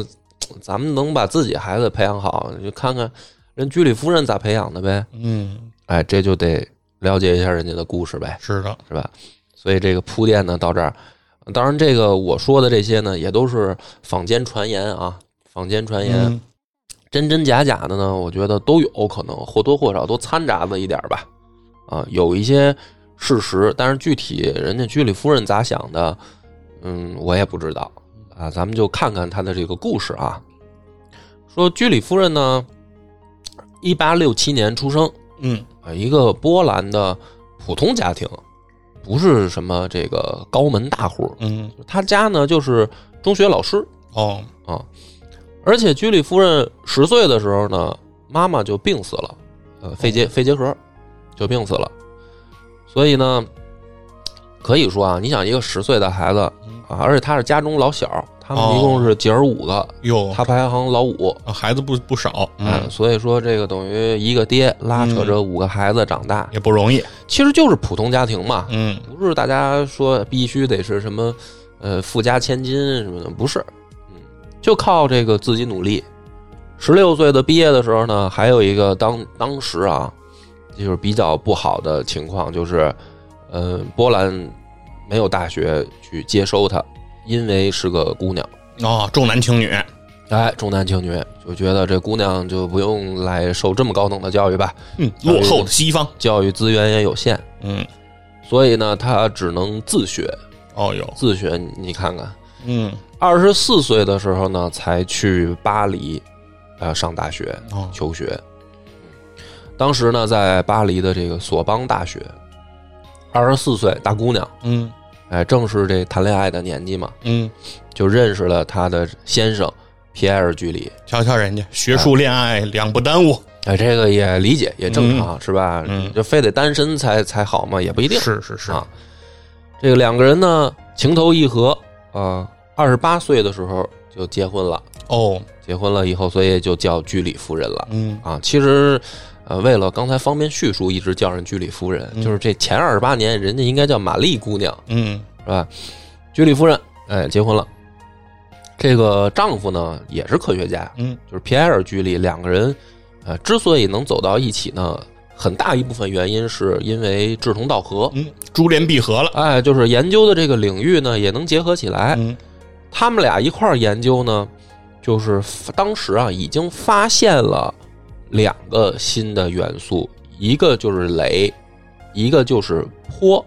[SPEAKER 1] 咱们能把自己孩子培养好，你就看看人居里夫人咋培养的呗。
[SPEAKER 2] 嗯，
[SPEAKER 1] 哎，这就得了解一下人家的故事呗，
[SPEAKER 2] 是的，
[SPEAKER 1] 是吧？所以这个铺垫呢到这儿，当然这个我说的这些呢也都是坊间传言啊，坊间传言、
[SPEAKER 2] 嗯
[SPEAKER 1] 真真假假的呢，我觉得都有可能，或多或少都掺杂了一点儿吧。啊，有一些事实，但是具体人家居里夫人咋想的，嗯，我也不知道啊。咱们就看看她的这个故事啊。说居里夫人呢，一八六七年出生
[SPEAKER 2] 嗯
[SPEAKER 1] 啊，一个波兰的普通家庭，不是什么这个高门大户。
[SPEAKER 2] 嗯，
[SPEAKER 1] 她家呢就是中学老师，
[SPEAKER 2] 哦，
[SPEAKER 1] 而且居里夫人十岁的时候呢，妈妈就病死了，呃，肺结肺结核就病死了。所以呢，可以说啊，你想一个十岁的孩子
[SPEAKER 2] 嗯
[SPEAKER 1] 啊，而且他是家中老小，他们
[SPEAKER 2] 哦
[SPEAKER 1] 一共是姐儿五个，
[SPEAKER 2] 哟，
[SPEAKER 1] 他排行老五。
[SPEAKER 2] 啊孩子不不少，
[SPEAKER 1] 嗯，
[SPEAKER 2] 嗯，
[SPEAKER 1] 所以说这个等于一个爹拉扯着五个孩子长大，
[SPEAKER 2] 也不容易，
[SPEAKER 1] 其实就是普通家庭嘛，
[SPEAKER 2] 嗯
[SPEAKER 1] 不是大家说必须得是什么，呃，富家千金什么的，不是，嗯，就靠这个自己努力。十六岁的毕业的时候呢，还有一个当当时啊，就是比较不好的情况，就是，呃，波兰没有大学去接收她，因为是个姑娘，
[SPEAKER 2] 哦，重男轻女，
[SPEAKER 1] 哎，重男轻女，就觉得这姑娘就不用来受这么高等的教育吧，
[SPEAKER 2] 嗯，落后的西方，
[SPEAKER 1] 教育资源也有限，
[SPEAKER 2] 嗯，
[SPEAKER 1] 所以呢，她只能自学。
[SPEAKER 2] 哦哟，
[SPEAKER 1] 自学，你看看，
[SPEAKER 2] 嗯，
[SPEAKER 1] 二十四岁的时候呢，才去巴黎，呃，上大学
[SPEAKER 2] 哦，
[SPEAKER 1] 求学。当时呢，在巴黎的这个索邦大学，二十四岁大姑娘，
[SPEAKER 2] 嗯
[SPEAKER 1] 哎，正是这谈恋爱的年纪嘛，
[SPEAKER 2] 嗯，
[SPEAKER 1] 就认识了她的先生皮埃尔·居里。
[SPEAKER 2] 瞧瞧人家学术恋爱两不耽误，
[SPEAKER 1] 哎，这个也理解，也正常，是吧？
[SPEAKER 2] 嗯
[SPEAKER 1] 你就非得单身才才好嘛，也不一定。
[SPEAKER 2] 是是是，
[SPEAKER 1] 啊，这个两个人呢，情投意合啊，二十八岁的时候就结婚了。
[SPEAKER 2] 哦，
[SPEAKER 1] 结婚了以后，所以就叫居里夫人了
[SPEAKER 2] 嗯
[SPEAKER 1] 啊。其实，呃，为了刚才方便叙述，一直叫人居里夫人，
[SPEAKER 2] 嗯
[SPEAKER 1] 就是这前二十八年，人家应该叫玛丽姑娘，
[SPEAKER 2] 嗯
[SPEAKER 1] 是吧？居里夫人，哎，结婚了。这个丈夫呢，也是科学家，
[SPEAKER 2] 嗯，
[SPEAKER 1] 就是皮埃尔·居里，两个人，呃，之所以能走到一起呢，很大一部分原因是因为志同道合，
[SPEAKER 2] 嗯，珠联璧合了，
[SPEAKER 1] 哎，就是研究的这个领域呢，也能结合起来。
[SPEAKER 2] 嗯
[SPEAKER 1] 他们俩一块儿研究呢，就是发当时啊已经发现了两个新的元素，一个就是镭，一个就是钋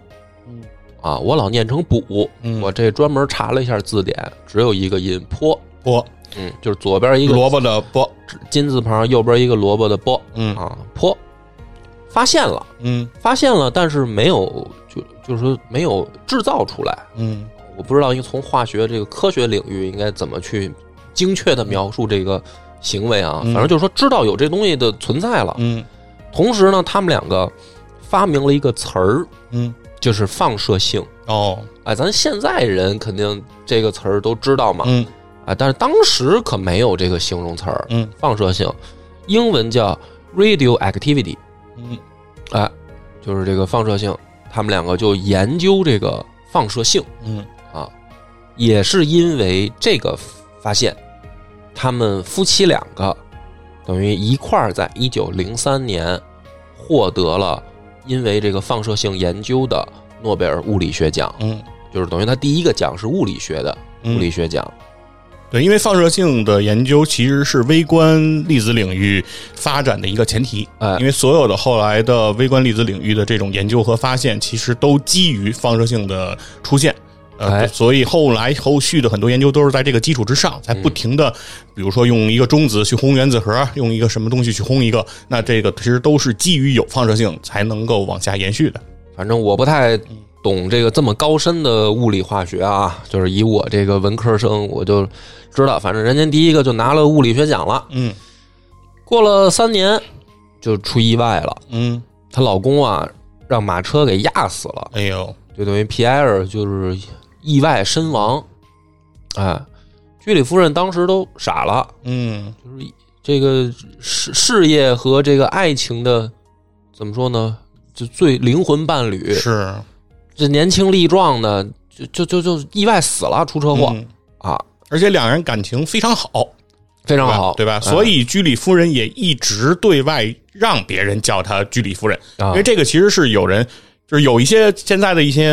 [SPEAKER 2] 嗯
[SPEAKER 1] 啊。我老念成补，
[SPEAKER 2] 嗯，
[SPEAKER 1] 我这专门查了一下字典，只有一个音钋，
[SPEAKER 2] 波
[SPEAKER 1] 嗯，就是左边一个
[SPEAKER 2] 萝卜的波，
[SPEAKER 1] 金字旁，右边一个萝卜的卜
[SPEAKER 2] 嗯
[SPEAKER 1] 啊，钋。发现了，
[SPEAKER 2] 嗯
[SPEAKER 1] 发现了，但是没有就就是说没有制造出来。
[SPEAKER 2] 嗯
[SPEAKER 1] 我不知道应从化学这个科学领域应该怎么去精确的描述这个行为啊，
[SPEAKER 2] 嗯
[SPEAKER 1] 反正就是说知道有这东西的存在了。
[SPEAKER 2] 嗯
[SPEAKER 1] 同时呢，他们两个发明了一个词儿，
[SPEAKER 2] 嗯，
[SPEAKER 1] 就是放射性。
[SPEAKER 2] 哦，
[SPEAKER 1] 哎，咱现在人肯定这个词儿都知道嘛，
[SPEAKER 2] 嗯
[SPEAKER 1] 啊，但是当时可没有这个形容词儿，
[SPEAKER 2] 嗯
[SPEAKER 1] 放射性，英文叫 radioactivity，
[SPEAKER 2] 嗯
[SPEAKER 1] 哎，就是这个放射性。他们两个就研究这个放射性。
[SPEAKER 2] 嗯，
[SPEAKER 1] 啊，也是因为这个发现，他们夫妻两个等于一块儿在一九零三年获得了因为这个放射性研究的诺贝尔物理学奖，
[SPEAKER 2] 嗯
[SPEAKER 1] 就是等于他第一个奖是物理学的
[SPEAKER 2] 嗯
[SPEAKER 1] 物理学奖。
[SPEAKER 2] 对，因为放射性的研究其实是微观粒子领域发展的一个前提，
[SPEAKER 1] 哎
[SPEAKER 2] 因为所有的后来的微观粒子领域的这种研究和发现，其实都基于放射性的出现。
[SPEAKER 1] 哎
[SPEAKER 2] 呃，所以后来后续的很多研究都是在这个基础之上，才
[SPEAKER 1] 嗯
[SPEAKER 2] 不停的，比如说用一个中子去轰原子核，用一个什么东西去轰一个，那这个其实都是基于有放射性才能够往下延续的。
[SPEAKER 1] 反正我不太懂这个这么高深的物理化学啊，就是以我这个文科生，我就知道，反正人家第一个就拿了物理学奖了。
[SPEAKER 2] 嗯
[SPEAKER 1] 过了三年，就出意外了。
[SPEAKER 2] 嗯，
[SPEAKER 1] 她老公啊让马车给压死了，
[SPEAKER 2] 哎呦，
[SPEAKER 1] 就等于皮埃尔就是意外身亡。哎，居里夫人当时都傻了，
[SPEAKER 2] 嗯
[SPEAKER 1] 就是这个事事业和这个爱情的怎么说呢？就最灵魂伴侣，
[SPEAKER 2] 是
[SPEAKER 1] 这年轻力壮的，就就就就意外死了，出车祸、
[SPEAKER 2] 嗯
[SPEAKER 1] 啊，
[SPEAKER 2] 而且两人感情非常好，
[SPEAKER 1] 非常
[SPEAKER 2] 对吧
[SPEAKER 1] 好，
[SPEAKER 2] 对吧？
[SPEAKER 1] 哎
[SPEAKER 2] 所以居里夫人也一直对外让别人叫她居里夫人，
[SPEAKER 1] 啊
[SPEAKER 2] 因为这个其实是有人，就是有一些现在的一些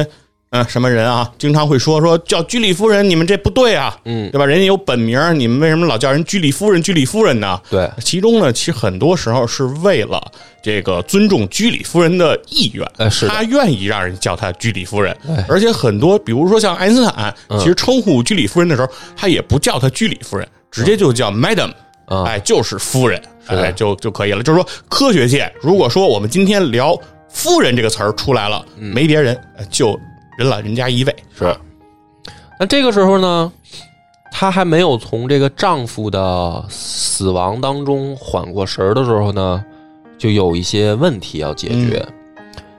[SPEAKER 2] 嗯、呃什么人啊，经常会说说叫居里夫人，你们这不对啊，
[SPEAKER 1] 嗯
[SPEAKER 2] 对吧？人家有本名，你们为什么老叫人居里夫人、居里夫人呢？
[SPEAKER 1] 对，
[SPEAKER 2] 其中呢，其实很多时候是为了这个尊重居里夫人的意愿，
[SPEAKER 1] 哎是的哎
[SPEAKER 2] 她愿意让人叫她居里夫人，而且很多，比如说像爱因斯坦，
[SPEAKER 1] 嗯
[SPEAKER 2] 其实称呼居里夫人的时候，他也不叫她居里夫人，直接就叫 Madam，、
[SPEAKER 1] 嗯
[SPEAKER 2] 哎，就是夫人，
[SPEAKER 1] 的
[SPEAKER 2] 哎，就就可以了。就是说，科学界如果说我们今天聊“夫人”这个词儿出来了，
[SPEAKER 1] 嗯
[SPEAKER 2] 没别人，哎就人老人家一位，
[SPEAKER 1] 是。那这个时候呢，她还没有从这个丈夫的死亡当中缓过神儿的时候呢，就有一些问题要解决，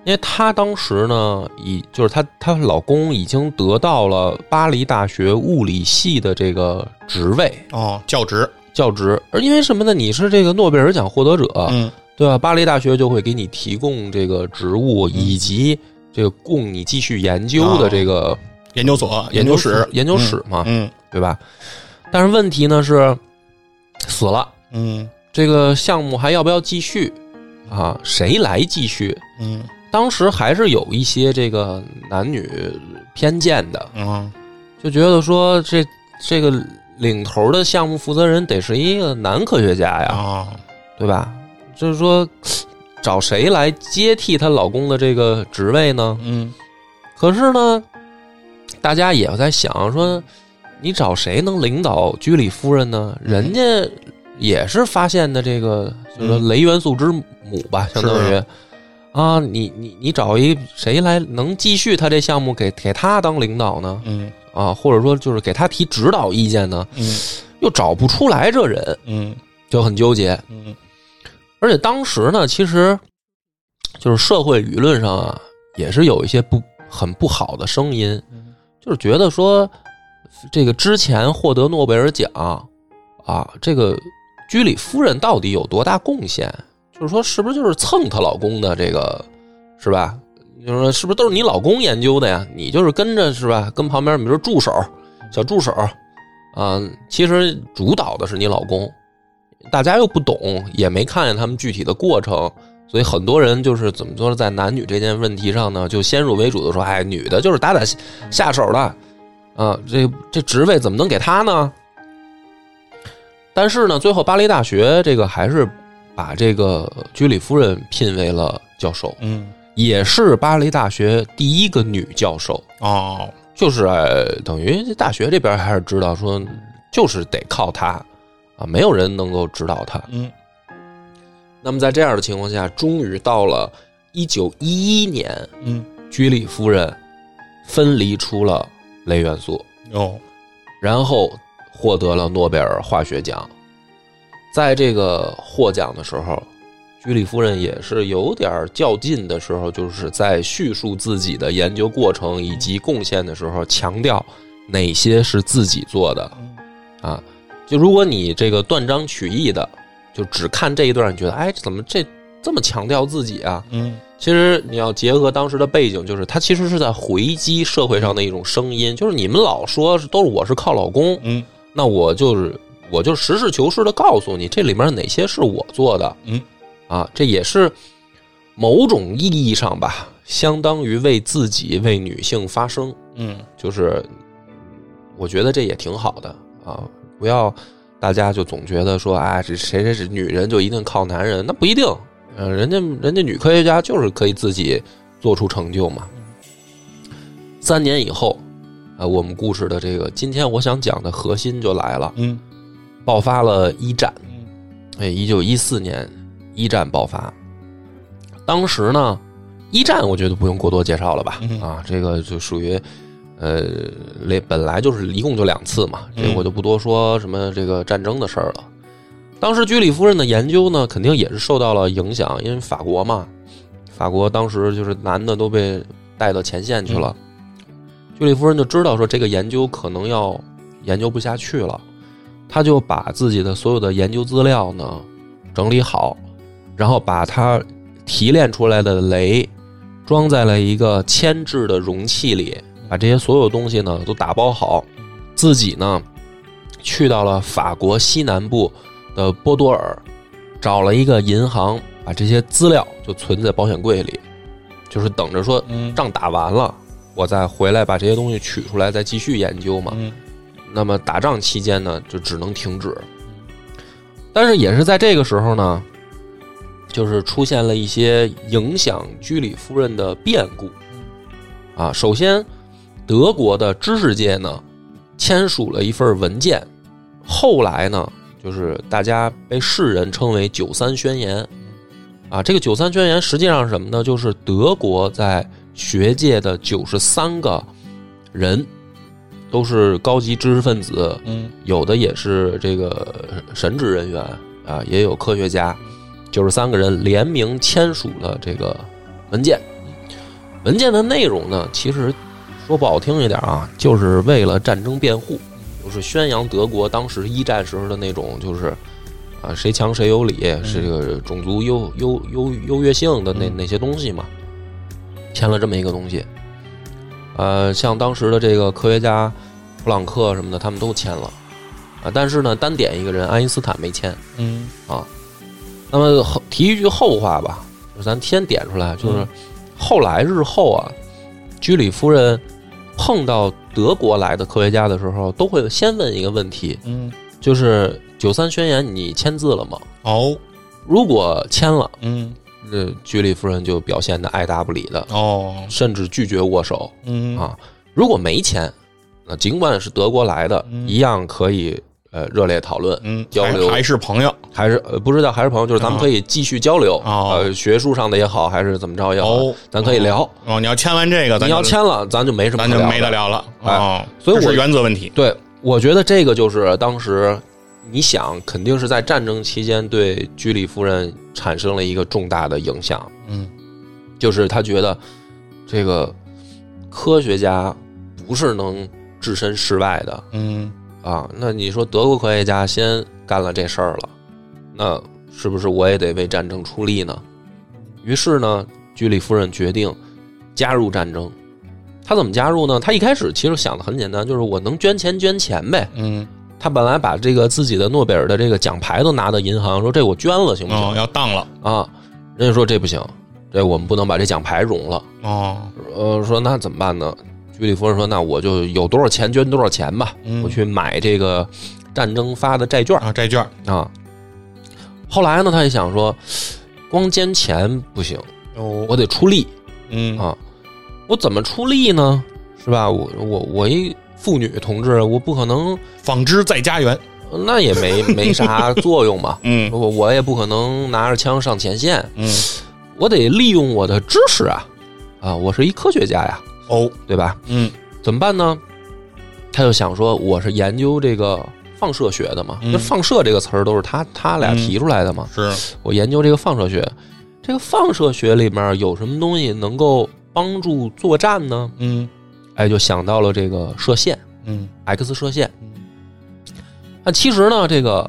[SPEAKER 1] 因为她当时呢，已就是她她老公已经得到了巴黎大学物理系的这个职位
[SPEAKER 2] 哦，教职，
[SPEAKER 1] 教职，而因为什么呢？你是这个诺贝尔奖获得者，
[SPEAKER 2] 嗯
[SPEAKER 1] 对吧？巴黎大学就会给你提供这个职务以及这个供你继续研究的这个
[SPEAKER 2] 研究所、
[SPEAKER 1] 研
[SPEAKER 2] 究
[SPEAKER 1] 究
[SPEAKER 2] 室、
[SPEAKER 1] 研究室嘛，
[SPEAKER 2] 嗯，
[SPEAKER 1] 对吧？但是问题呢是死了，
[SPEAKER 2] 嗯
[SPEAKER 1] 这个项目还要不要继续啊？谁来继续？
[SPEAKER 2] 嗯
[SPEAKER 1] 当时还是有一些这个男女偏见的，
[SPEAKER 2] 嗯嗯
[SPEAKER 1] 就觉得说这这个领头的项目负责人得是一个男科学家呀，
[SPEAKER 2] 啊，
[SPEAKER 1] 对吧？就是说，找谁来接替她老公的这个职位呢？
[SPEAKER 2] 嗯
[SPEAKER 1] 可是呢，大家也在想说，你找谁能领导居里夫人呢？人家也是发现的这个，就是说
[SPEAKER 2] 嗯
[SPEAKER 1] 雷元素之母吧，相当于
[SPEAKER 2] 是
[SPEAKER 1] 啊，你你你找一谁来能继续他这项目给给他当领导呢？
[SPEAKER 2] 嗯
[SPEAKER 1] 啊，或者说就是给他提指导意见呢？
[SPEAKER 2] 嗯
[SPEAKER 1] 又找不出来这人，
[SPEAKER 2] 嗯
[SPEAKER 1] 就很纠结。
[SPEAKER 2] 嗯
[SPEAKER 1] 而且当时呢，其实就是社会舆论上啊，也是有一些不很不好的声音，
[SPEAKER 2] 嗯
[SPEAKER 1] 就是觉得说，这个之前获得诺贝尔奖啊，这个居里夫人到底有多大贡献？就是说，是不是就是蹭她老公的这个，是吧？就是说，是不是都是你老公研究的呀？你就是跟着是吧？跟旁边比如说助手、小助手，啊，其实主导的是你老公。大家又不懂，也没看见他们具体的过程，所以很多人就是怎么说呢，在男女这件问题上呢，就先入为主的说，哎，女的就是打打下手的，啊、这这职位怎么能给她呢？但是呢，最后巴黎大学这个还是把这个居里夫人聘为了教授，
[SPEAKER 2] 嗯
[SPEAKER 1] 也是巴黎大学第一个女教授，
[SPEAKER 2] 哦，
[SPEAKER 1] 就是、呃、等于这大学这边还是知道说，就是得靠她啊，没有人能够指导她。
[SPEAKER 2] 嗯
[SPEAKER 1] 那么在这样的情况下，终于到了一九一一年，
[SPEAKER 2] 嗯
[SPEAKER 1] 居里夫人分离出了镭元素，
[SPEAKER 2] 哦，
[SPEAKER 1] 然后获得了诺贝尔化学奖。在这个获奖的时候，居里夫人也是有点较劲的时候，就是在叙述自己的研究过程以及贡献的时候，强调哪些是自己做的，啊，就如果你这个断章取义的，就只看这一段，你觉得哎，怎么这这么强调自己啊？
[SPEAKER 2] 嗯
[SPEAKER 1] 其实你要结合当时的背景，就是他其实是在回击社会上的一种声音，就是你们老说是都是我是靠老公，
[SPEAKER 2] 嗯
[SPEAKER 1] 那我就是我就实事求是的告诉你，这里面哪些是我做的，
[SPEAKER 2] 嗯，
[SPEAKER 1] 啊，这也是某种意义上吧，相当于为自己为女性发声，
[SPEAKER 2] 嗯
[SPEAKER 1] 就是我觉得这也挺好的啊，不要大家就总觉得说啊，这谁谁是女人就一定靠男人，那不一定，嗯、人家人家女科学家就是可以自己做出成就嘛。三年以后，啊，我们故事的这个今天我想讲的核心就来了，
[SPEAKER 2] 嗯
[SPEAKER 1] 爆发了一战。
[SPEAKER 2] 嗯
[SPEAKER 1] 哎，一九一四年一战爆发，当时呢，一战我觉得不用过多介绍了吧？
[SPEAKER 2] 嗯
[SPEAKER 1] 啊，这个就属于呃，雷本来就是一共就两次嘛，这个
[SPEAKER 2] 嗯
[SPEAKER 1] 我就不多说什么这个战争的事儿了。当时居里夫人的研究呢，肯定也是受到了影响，因为法国嘛，法国当时就是男的都被带到前线去了，居里夫人就知道说这个研究可能要研究不下去了，她就把自己的所有的研究资料呢整理好，然后把它提炼出来的镭装在了一个铅制的容器里，把这些所有东西呢都打包好，自己呢去到了法国西南部的波多尔，找了一个银行，把这些资料就存在保险柜里，就是等着说
[SPEAKER 2] 嗯
[SPEAKER 1] 仗打完了，我再回来把这些东西取出来，再继续研究嘛。
[SPEAKER 2] 嗯
[SPEAKER 1] 那么打仗期间呢，就只能停止。但是也是在这个时候呢，就是出现了一些影响居里夫人的变故。啊，首先，德国的知识界呢签署了一份文件，后来呢，就是大家被世人称为“九三宣言”。啊，这个“九三宣言”实际上是什么呢？就是德国在学界的九十三个人都是高级知识分子，
[SPEAKER 2] 嗯
[SPEAKER 1] 有的也是这个神职人员啊，也有科学家，九十三个人联名签署了这个文件。文件的内容呢，其实说不好听一点啊，就是为了战争辩护，就是宣扬德国当时一战时候的那种，就是啊谁强谁有理，是这个种族优优优优越性的那
[SPEAKER 2] 嗯
[SPEAKER 1] 那些东西嘛，签了这么一个东西。呃，像当时的这个科学家普朗克什么的，他们都签了啊。但是呢，单点一个人，爱因斯坦没签。
[SPEAKER 2] 嗯
[SPEAKER 1] 那么后提一句后话吧，就是咱先点出来，就是
[SPEAKER 2] 嗯
[SPEAKER 1] 后来日后啊，居里夫人碰到德国来的科学家的时候，都会先问一个问题，
[SPEAKER 2] 嗯，
[SPEAKER 1] 就是《九三宣言》你签字了吗？
[SPEAKER 2] 哦，
[SPEAKER 1] 如果签了，
[SPEAKER 2] 嗯，
[SPEAKER 1] 那居里夫人就表现的爱答不理的，
[SPEAKER 2] 哦，
[SPEAKER 1] 甚至拒绝握手
[SPEAKER 2] 嗯，
[SPEAKER 1] 啊。如果没签，那尽管是德国来的，
[SPEAKER 2] 嗯
[SPEAKER 1] 一样可以呃热烈讨论，
[SPEAKER 2] 嗯，
[SPEAKER 1] 交
[SPEAKER 2] 还
[SPEAKER 1] 流
[SPEAKER 2] 还是朋友，
[SPEAKER 1] 还是呃不是叫还是朋友，就是咱们
[SPEAKER 2] 啊
[SPEAKER 1] 可以继续交流，
[SPEAKER 2] 哦
[SPEAKER 1] 呃，学术上的也好，还是怎么着也好，
[SPEAKER 2] 哦
[SPEAKER 1] 咱可以聊。
[SPEAKER 2] 哦，你要签完这个，咱
[SPEAKER 1] 你要
[SPEAKER 2] 就
[SPEAKER 1] 签了，咱就没什么
[SPEAKER 2] 咱
[SPEAKER 1] 可
[SPEAKER 2] 就
[SPEAKER 1] 聊
[SPEAKER 2] 没
[SPEAKER 1] 的
[SPEAKER 2] 得。聊了
[SPEAKER 1] 哎
[SPEAKER 2] 哦，
[SPEAKER 1] 所以
[SPEAKER 2] 这
[SPEAKER 1] 我
[SPEAKER 2] 是原则问题，
[SPEAKER 1] 对，我觉得这个就是当时你想，肯定是在战争期间对居里夫人产生了一个重大的影响，
[SPEAKER 2] 嗯
[SPEAKER 1] 就是她觉得这个科学家不是能置身事外的
[SPEAKER 2] 嗯
[SPEAKER 1] 啊。那你说德国科学家先干了这事儿了，那是不是我也得为战争出力呢？于是呢，居里夫人决定加入战争。她怎么加入呢？她一开始其实想的很简单，就是我能捐钱捐钱呗。
[SPEAKER 2] 嗯，
[SPEAKER 1] 他本来把这个自己的诺贝尔的这个奖牌都拿到银行，说这我捐了行不
[SPEAKER 2] 哦，
[SPEAKER 1] 行、
[SPEAKER 2] 要当了，
[SPEAKER 1] 啊？人家说这不行，这我们不能把这奖牌融了。
[SPEAKER 2] 哦，
[SPEAKER 1] 呃，说那怎么办呢？居里夫人说，那我就有多少钱捐多少钱吧，
[SPEAKER 2] 嗯
[SPEAKER 1] 我去买这个战争发的债券
[SPEAKER 2] 啊，债券，
[SPEAKER 1] 啊。后来呢，他也想说，光捐钱不行，
[SPEAKER 2] 哦，
[SPEAKER 1] 我得出力
[SPEAKER 2] 嗯
[SPEAKER 1] 啊。我怎么出力呢？是吧？我我我一妇女同志，我不可能，
[SPEAKER 2] 纺织再家园，
[SPEAKER 1] 那也没没啥作用嘛。
[SPEAKER 2] 嗯
[SPEAKER 1] 我我也不可能拿着枪上前线，
[SPEAKER 2] 嗯，
[SPEAKER 1] 我得利用我的知识啊，啊，我是一科学家呀，
[SPEAKER 2] 哦，
[SPEAKER 1] 对吧？
[SPEAKER 2] 嗯
[SPEAKER 1] 怎么办呢？他就想说，我是研究这个放射学的嘛，
[SPEAKER 2] 嗯
[SPEAKER 1] 那放射这个词儿都是他他俩提出来的嘛。
[SPEAKER 2] 是，
[SPEAKER 1] 我研究这个放射学，这个放射学里面有什么东西能够帮助作战呢？
[SPEAKER 2] 嗯
[SPEAKER 1] 哎，就想到了这个射线
[SPEAKER 2] 嗯
[SPEAKER 1] X 射线。那其实呢，这个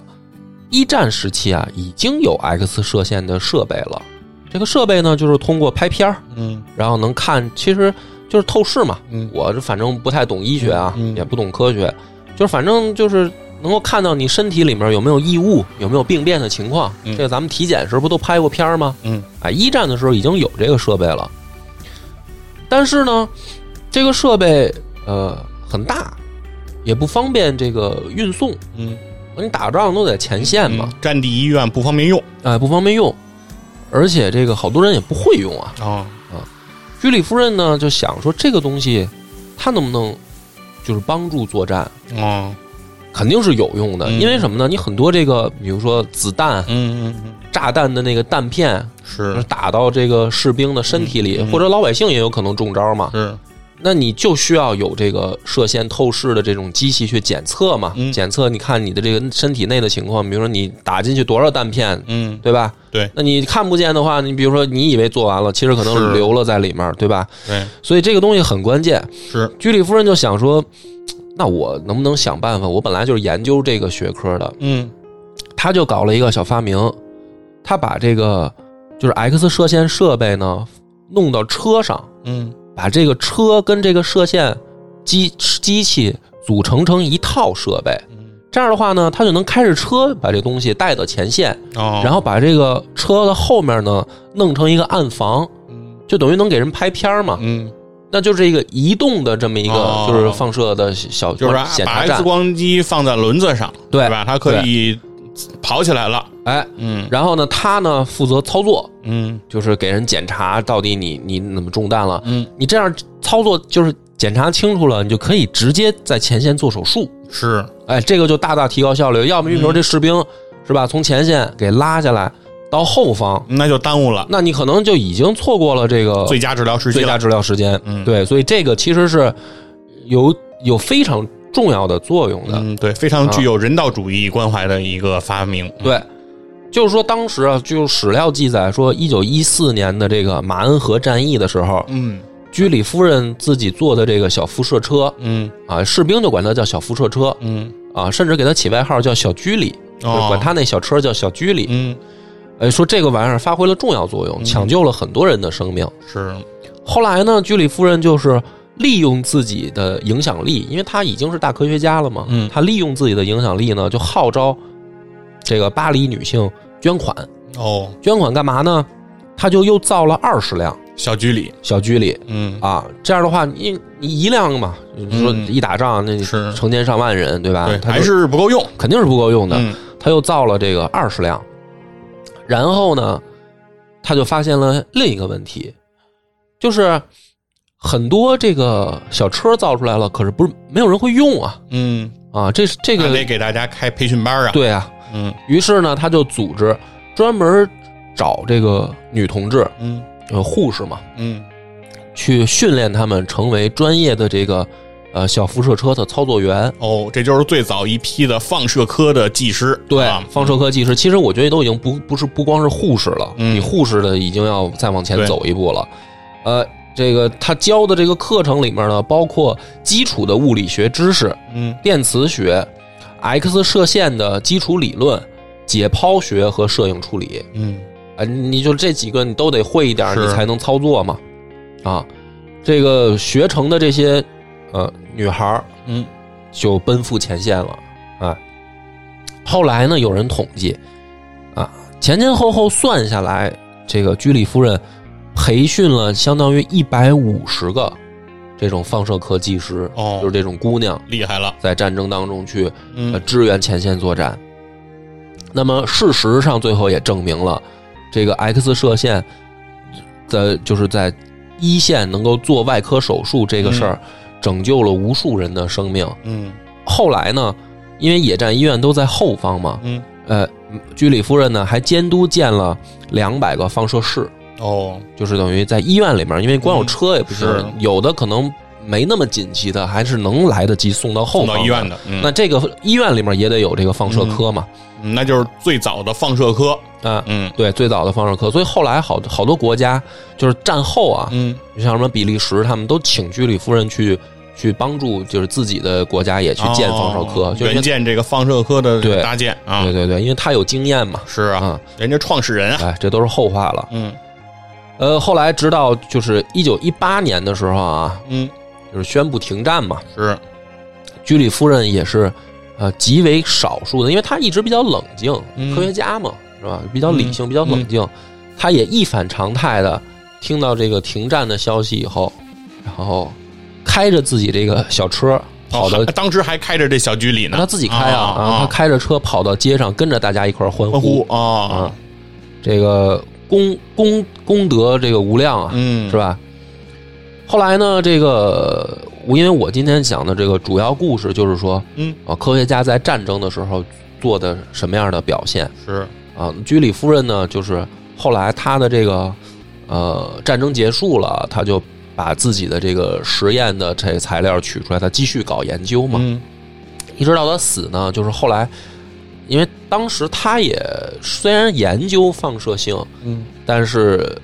[SPEAKER 1] 一战时期啊，已经有 X 射线的设备了。这个设备呢，就是通过拍片儿，
[SPEAKER 2] 嗯
[SPEAKER 1] 然后能看，其实就是透视嘛。
[SPEAKER 2] 嗯
[SPEAKER 1] 我这反正不太懂医学啊，
[SPEAKER 2] 嗯嗯
[SPEAKER 1] 也不懂科学，就是反正就是能够看到你身体里面有没有异物，有没有病变的情况。
[SPEAKER 2] 嗯
[SPEAKER 1] 这个咱们体检时候不都拍过片儿吗？
[SPEAKER 2] 嗯，
[SPEAKER 1] 啊，一战的时候已经有这个设备了，但是呢，这个设备呃很大，也不方便这个运送。
[SPEAKER 2] 嗯，
[SPEAKER 1] 你打仗都在前线嘛，
[SPEAKER 2] 嗯战地医院不方便用
[SPEAKER 1] 哎，不方便用，而且这个好多人也不会用啊。
[SPEAKER 2] 啊，
[SPEAKER 1] 居里夫人呢就想说，这个东西它能不能就是帮助作战，
[SPEAKER 2] 哦，
[SPEAKER 1] 肯定是有用的。
[SPEAKER 2] 嗯
[SPEAKER 1] 因为什么呢？你很多这个，比如说子弹、
[SPEAKER 2] 嗯嗯嗯，
[SPEAKER 1] 炸弹的那个弹片
[SPEAKER 2] 是
[SPEAKER 1] 打到这个士兵的身体里，
[SPEAKER 2] 嗯嗯
[SPEAKER 1] 或者老百姓也有可能中招嘛。
[SPEAKER 2] 是，
[SPEAKER 1] 那你就需要有这个射线透视的这种机器去检测嘛，
[SPEAKER 2] 嗯
[SPEAKER 1] 检测你看你的这个身体内的情况，比如说你打进去多少弹片，
[SPEAKER 2] 嗯
[SPEAKER 1] 对吧？
[SPEAKER 2] 对，
[SPEAKER 1] 那你看不见的话，你比如说你以为做完了，其实可
[SPEAKER 2] 是
[SPEAKER 1] 能留了在里面，对吧？
[SPEAKER 2] 对
[SPEAKER 1] 所以这个东西很关键。
[SPEAKER 2] 是，
[SPEAKER 1] 居里夫人就想说，那我能不能想办法？我本来就是研究这个学科的，
[SPEAKER 2] 嗯
[SPEAKER 1] 他就搞了一个小发明，他把这个就是 X 射线设备呢弄到车上，
[SPEAKER 2] 嗯
[SPEAKER 1] 把这个车跟这个射线机机器组成成一套设备。
[SPEAKER 2] 嗯，
[SPEAKER 1] 这样的话呢，他就能开着车把这东西带到前线，
[SPEAKER 2] 哦，
[SPEAKER 1] 然后把这个车的后面呢弄成一个暗房，
[SPEAKER 2] 嗯
[SPEAKER 1] 就等于能给人拍片儿嘛。
[SPEAKER 2] 嗯，
[SPEAKER 1] 那就是一个移动的这么一
[SPEAKER 2] 哦
[SPEAKER 1] 个就是放射的小
[SPEAKER 2] 就是
[SPEAKER 1] 检
[SPEAKER 2] 把
[SPEAKER 1] 查
[SPEAKER 2] X
[SPEAKER 1] 站，
[SPEAKER 2] 光机放在轮子上，
[SPEAKER 1] 对
[SPEAKER 2] 是吧？它可以跑起来了，
[SPEAKER 1] 哎，
[SPEAKER 2] 嗯
[SPEAKER 1] 然后呢，他呢负责操作，
[SPEAKER 2] 嗯
[SPEAKER 1] 就是给人检查到底你你怎么中弹了。
[SPEAKER 2] 嗯，
[SPEAKER 1] 你这样操作就是检查清楚了，你就可以直接在前线做手术。
[SPEAKER 2] 是，
[SPEAKER 1] 哎，这个就大大提高效率。要么一会儿这士兵、是吧，从前线给拉下来到后方，
[SPEAKER 2] 那就耽误了
[SPEAKER 1] 那你可能就已经错过了这个
[SPEAKER 2] 最佳治疗时机
[SPEAKER 1] 最佳
[SPEAKER 2] 了，
[SPEAKER 1] 治疗时间。
[SPEAKER 2] 嗯
[SPEAKER 1] 对，所以这个其实是有有非常重要的作用的。
[SPEAKER 2] 嗯，对，非常具有人道主义关怀的一个发明，
[SPEAKER 1] 对，就是说当时啊，就史料记载说，一九一四年的这个马恩河战役的时候，
[SPEAKER 2] 嗯
[SPEAKER 1] 居里夫人自己坐的这个小辐射车
[SPEAKER 2] 嗯
[SPEAKER 1] 啊，士兵就管它叫小辐射车
[SPEAKER 2] 嗯，
[SPEAKER 1] 啊，甚至给它起外号叫小居里，就是
[SPEAKER 2] 哦，
[SPEAKER 1] 管他那小车叫小居里。
[SPEAKER 2] 嗯
[SPEAKER 1] 哎，说这个玩意儿发挥了重要作用，抢救了很多人的生命。
[SPEAKER 2] 是，
[SPEAKER 1] 后来呢，居里夫人就是利用自己的影响力，因为她已经是大科学家了嘛，
[SPEAKER 2] 嗯
[SPEAKER 1] 她利用自己的影响力呢，就号召这个巴黎女性捐款。
[SPEAKER 2] 哦
[SPEAKER 1] 捐款干嘛呢？她就又造了二十辆
[SPEAKER 2] 小居里，
[SPEAKER 1] 小区里
[SPEAKER 2] 嗯，
[SPEAKER 1] 啊。这样的话，你你一辆嘛，你说
[SPEAKER 2] 嗯
[SPEAKER 1] 一打仗那
[SPEAKER 2] 是
[SPEAKER 1] 成千上万人，对吧？
[SPEAKER 2] 对，
[SPEAKER 1] 他
[SPEAKER 2] 还是不够用。
[SPEAKER 1] 肯定是不够用的。
[SPEAKER 2] 嗯
[SPEAKER 1] 他又造了这个二十辆，然后呢，他就发现了另一个问题，就是很多这个小车造出来了，可是不是没有人会用啊
[SPEAKER 2] 嗯，
[SPEAKER 1] 啊，这是这
[SPEAKER 2] 还
[SPEAKER 1] 个
[SPEAKER 2] 得给大家开培训班啊。，
[SPEAKER 1] 对啊，
[SPEAKER 2] 嗯
[SPEAKER 1] 于是呢，他就组织专门找这个女同志，
[SPEAKER 2] 嗯
[SPEAKER 1] 呃，护士嘛，
[SPEAKER 2] 嗯
[SPEAKER 1] 去训练她们成为专业的这个呃小辐射车的操作员。
[SPEAKER 2] 哦，这就是最早一批的放射科的技师，
[SPEAKER 1] 对
[SPEAKER 2] 啊，
[SPEAKER 1] 放射科技师，其实我觉得都已经不不是不光是护士了，
[SPEAKER 2] 嗯
[SPEAKER 1] 比护士的已经要再往前
[SPEAKER 2] 对
[SPEAKER 1] 走一步了。呃，这个他教的这个课程里面呢，包括基础的物理学知识、
[SPEAKER 2] 嗯
[SPEAKER 1] 电磁学、X 射线的基础理论、解剖学和摄影处理。
[SPEAKER 2] 嗯
[SPEAKER 1] 啊，你就这几个你都得会一点儿，
[SPEAKER 2] 是
[SPEAKER 1] 你才能操作嘛。啊，这个学成的这些呃女孩儿
[SPEAKER 2] 嗯
[SPEAKER 1] 就奔赴前线了啊。后来呢，有人统计啊，前前后后算下来，这个居里夫人培训了相当于一百五十个这种放射科技师，
[SPEAKER 2] 哦
[SPEAKER 1] 就是这种姑娘
[SPEAKER 2] 厉害了，
[SPEAKER 1] 在战争当中去呃
[SPEAKER 2] 嗯
[SPEAKER 1] 支援前线作战。那么事实上，最后也证明了这个 X 射线在就是在一线能够做外科手术这个事儿，拯救了无数人的生命。
[SPEAKER 2] 嗯
[SPEAKER 1] 后来呢，因为野战医院都在后方嘛，
[SPEAKER 2] 嗯
[SPEAKER 1] 呃，居里夫人呢还监督建了两百个放射室，
[SPEAKER 2] 哦
[SPEAKER 1] 就是等于在医院里面，因为光有
[SPEAKER 2] 嗯
[SPEAKER 1] 车也不行，
[SPEAKER 2] 是
[SPEAKER 1] 有的可能没那么紧急的，还是能来得及送到后
[SPEAKER 2] 送
[SPEAKER 1] 方
[SPEAKER 2] 到医
[SPEAKER 1] 的
[SPEAKER 2] 院的，嗯
[SPEAKER 1] 那这个医院里面也得有这个放射科嘛，
[SPEAKER 2] 嗯那就是最早的放射科，
[SPEAKER 1] 啊，
[SPEAKER 2] 嗯
[SPEAKER 1] 对，最早的放射科，所以后来好好多国家就是战后啊，
[SPEAKER 2] 嗯
[SPEAKER 1] 就像什么比利时，他们都请居里夫人去去帮助，就是自己的国家也去建放射科，
[SPEAKER 2] 哦
[SPEAKER 1] 就因为
[SPEAKER 2] 援建这个放射科
[SPEAKER 1] 对
[SPEAKER 2] 的搭建啊
[SPEAKER 1] 对，对对，因为他有经验嘛，
[SPEAKER 2] 是啊，
[SPEAKER 1] 啊，
[SPEAKER 2] 人家创始人啊，
[SPEAKER 1] 哎，这都是后话了。
[SPEAKER 2] 嗯
[SPEAKER 1] 呃，后来直到就是一九一八年的时候啊，
[SPEAKER 2] 嗯
[SPEAKER 1] 就是宣布停战嘛，
[SPEAKER 2] 是，
[SPEAKER 1] 居里夫人也是，呃，极为少数的，因为她一直比较冷静，
[SPEAKER 2] 嗯
[SPEAKER 1] 科学家嘛，是吧？比较理性，
[SPEAKER 2] 嗯
[SPEAKER 1] 比较冷静。她也一反常态的听到这个停战的消息以后，然后开着自己这个小车跑到，
[SPEAKER 2] 哦当时还开着这小居里呢，
[SPEAKER 1] 她自己开啊，
[SPEAKER 2] 啊
[SPEAKER 1] 啊，她开着车跑到街上，跟着大家一块儿欢
[SPEAKER 2] 欢呼
[SPEAKER 1] 啊
[SPEAKER 2] 啊，。
[SPEAKER 1] 这个功功功德这个无量啊，
[SPEAKER 2] 嗯
[SPEAKER 1] 是吧？后来呢，这个我因为我今天讲的这个主要故事就是说，
[SPEAKER 2] 嗯
[SPEAKER 1] 啊，科学家在战争的时候做的什么样的表现
[SPEAKER 2] 是，
[SPEAKER 1] 啊？居里夫人呢，就是后来她的这个呃战争结束了，她就把自己的这个实验的这个材料取出来，她继续搞研究嘛，
[SPEAKER 2] 嗯
[SPEAKER 1] 一直到她死呢，就是后来。因为当时她也虽然研究放射性，
[SPEAKER 2] 嗯，
[SPEAKER 1] 但是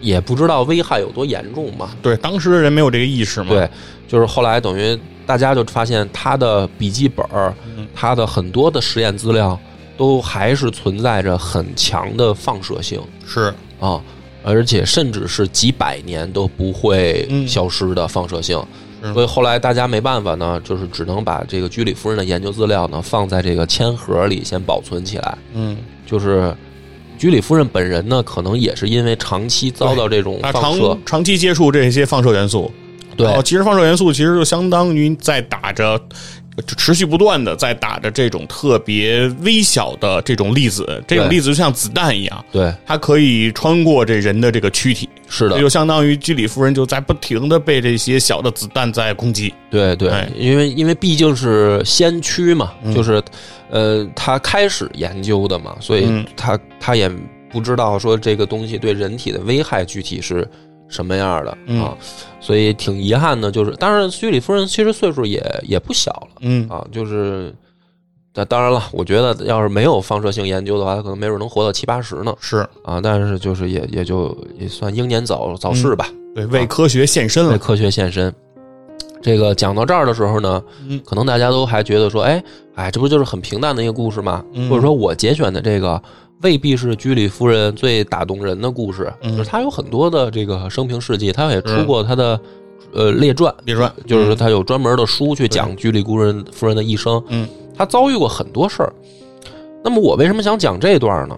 [SPEAKER 1] 也不知道危害有多严重嘛。
[SPEAKER 2] 对，当时的人没有这个意识嘛，，
[SPEAKER 1] 对，就是后来等于大家就发现他的笔记本儿
[SPEAKER 2] 嗯，
[SPEAKER 1] 他的很多的实验资料都还是存在着很强的放射性
[SPEAKER 2] 是，
[SPEAKER 1] 啊，而且甚至是几百年都不会
[SPEAKER 2] 嗯
[SPEAKER 1] 消失的放射性。
[SPEAKER 2] 是
[SPEAKER 1] 所以后来大家没办法呢，就是只能把这个居里夫人的研究资料呢放在这个铅盒里先保存起来。
[SPEAKER 2] 嗯，
[SPEAKER 1] 就是居里夫人本人呢，可能也是因为长期遭到这种
[SPEAKER 2] 他
[SPEAKER 1] 放射
[SPEAKER 2] 长哦长期接触这些放射元素，
[SPEAKER 1] 对
[SPEAKER 2] 然后其实放射元素其实就相当于在打着。就持续不断的在打着这种特别微小的这种粒子，这种
[SPEAKER 1] 对
[SPEAKER 2] 粒子就像子弹一样，
[SPEAKER 1] 对，
[SPEAKER 2] 它可以穿过这人的这个躯体，
[SPEAKER 1] 是
[SPEAKER 2] 这
[SPEAKER 1] 的，
[SPEAKER 2] 就相当于居里夫人就在不停的被这些小的子弹在攻击。
[SPEAKER 1] 对对
[SPEAKER 2] 哎，
[SPEAKER 1] 因为因为毕竟是先驱嘛，
[SPEAKER 2] 嗯
[SPEAKER 1] 就是呃，他开始研究的嘛，所以
[SPEAKER 2] 嗯
[SPEAKER 1] 他他也不知道说这个东西对人体的危害具体是什么样的
[SPEAKER 2] 嗯
[SPEAKER 1] 啊，所以挺遗憾的，就是当然居里夫人其实岁数也也不小了
[SPEAKER 2] 嗯，
[SPEAKER 1] 啊，就是。那当然了，我觉得要是没有放射性研究的话，他可能没准能活到七八十呢
[SPEAKER 2] 是
[SPEAKER 1] 啊！但是就是也也就也算英年早早
[SPEAKER 2] 嗯
[SPEAKER 1] 逝吧，
[SPEAKER 2] 对为科学献身
[SPEAKER 1] 为
[SPEAKER 2] 了。
[SPEAKER 1] 科学献身。这个讲到这儿的时候呢，
[SPEAKER 2] 嗯
[SPEAKER 1] 可能大家都还觉得说，哎，哎，这不就是很平淡的一个故事吗？
[SPEAKER 2] 嗯
[SPEAKER 1] 或者说我节选的这个未必是居里夫人最打动人的故事，
[SPEAKER 2] 嗯
[SPEAKER 1] 就是她有很多的这个生平事迹，她也出过她的呃列传，
[SPEAKER 2] 别说，
[SPEAKER 1] 就是说她有专门的书去讲居里夫人夫人的一生，
[SPEAKER 2] 嗯，
[SPEAKER 1] 她遭遇过很多事儿。那么我为什么想讲这段呢？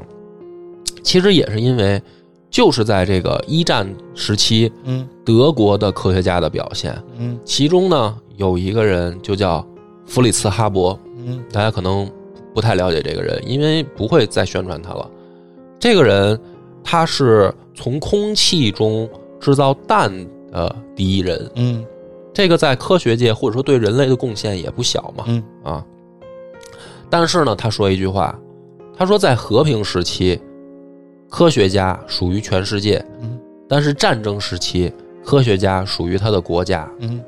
[SPEAKER 1] 其实也是因为就是在这个一战时期
[SPEAKER 2] 嗯
[SPEAKER 1] 德国的科学家的表现。
[SPEAKER 2] 嗯
[SPEAKER 1] 其中呢，有一个人就叫弗里茨·哈勃，
[SPEAKER 2] 嗯
[SPEAKER 1] 大家可能不太了解这个人，因为不会再宣传他了。这个人他是从空气中制造氮的第一人，
[SPEAKER 2] 嗯
[SPEAKER 1] 这个在科学界或者说对人类的贡献也不小嘛。
[SPEAKER 2] 嗯
[SPEAKER 1] 啊。但是呢，他说一句话，他说在和平时期，科学家属于全世界，
[SPEAKER 2] 嗯
[SPEAKER 1] 但是战争时期，科学家属于他的国家。
[SPEAKER 2] 嗯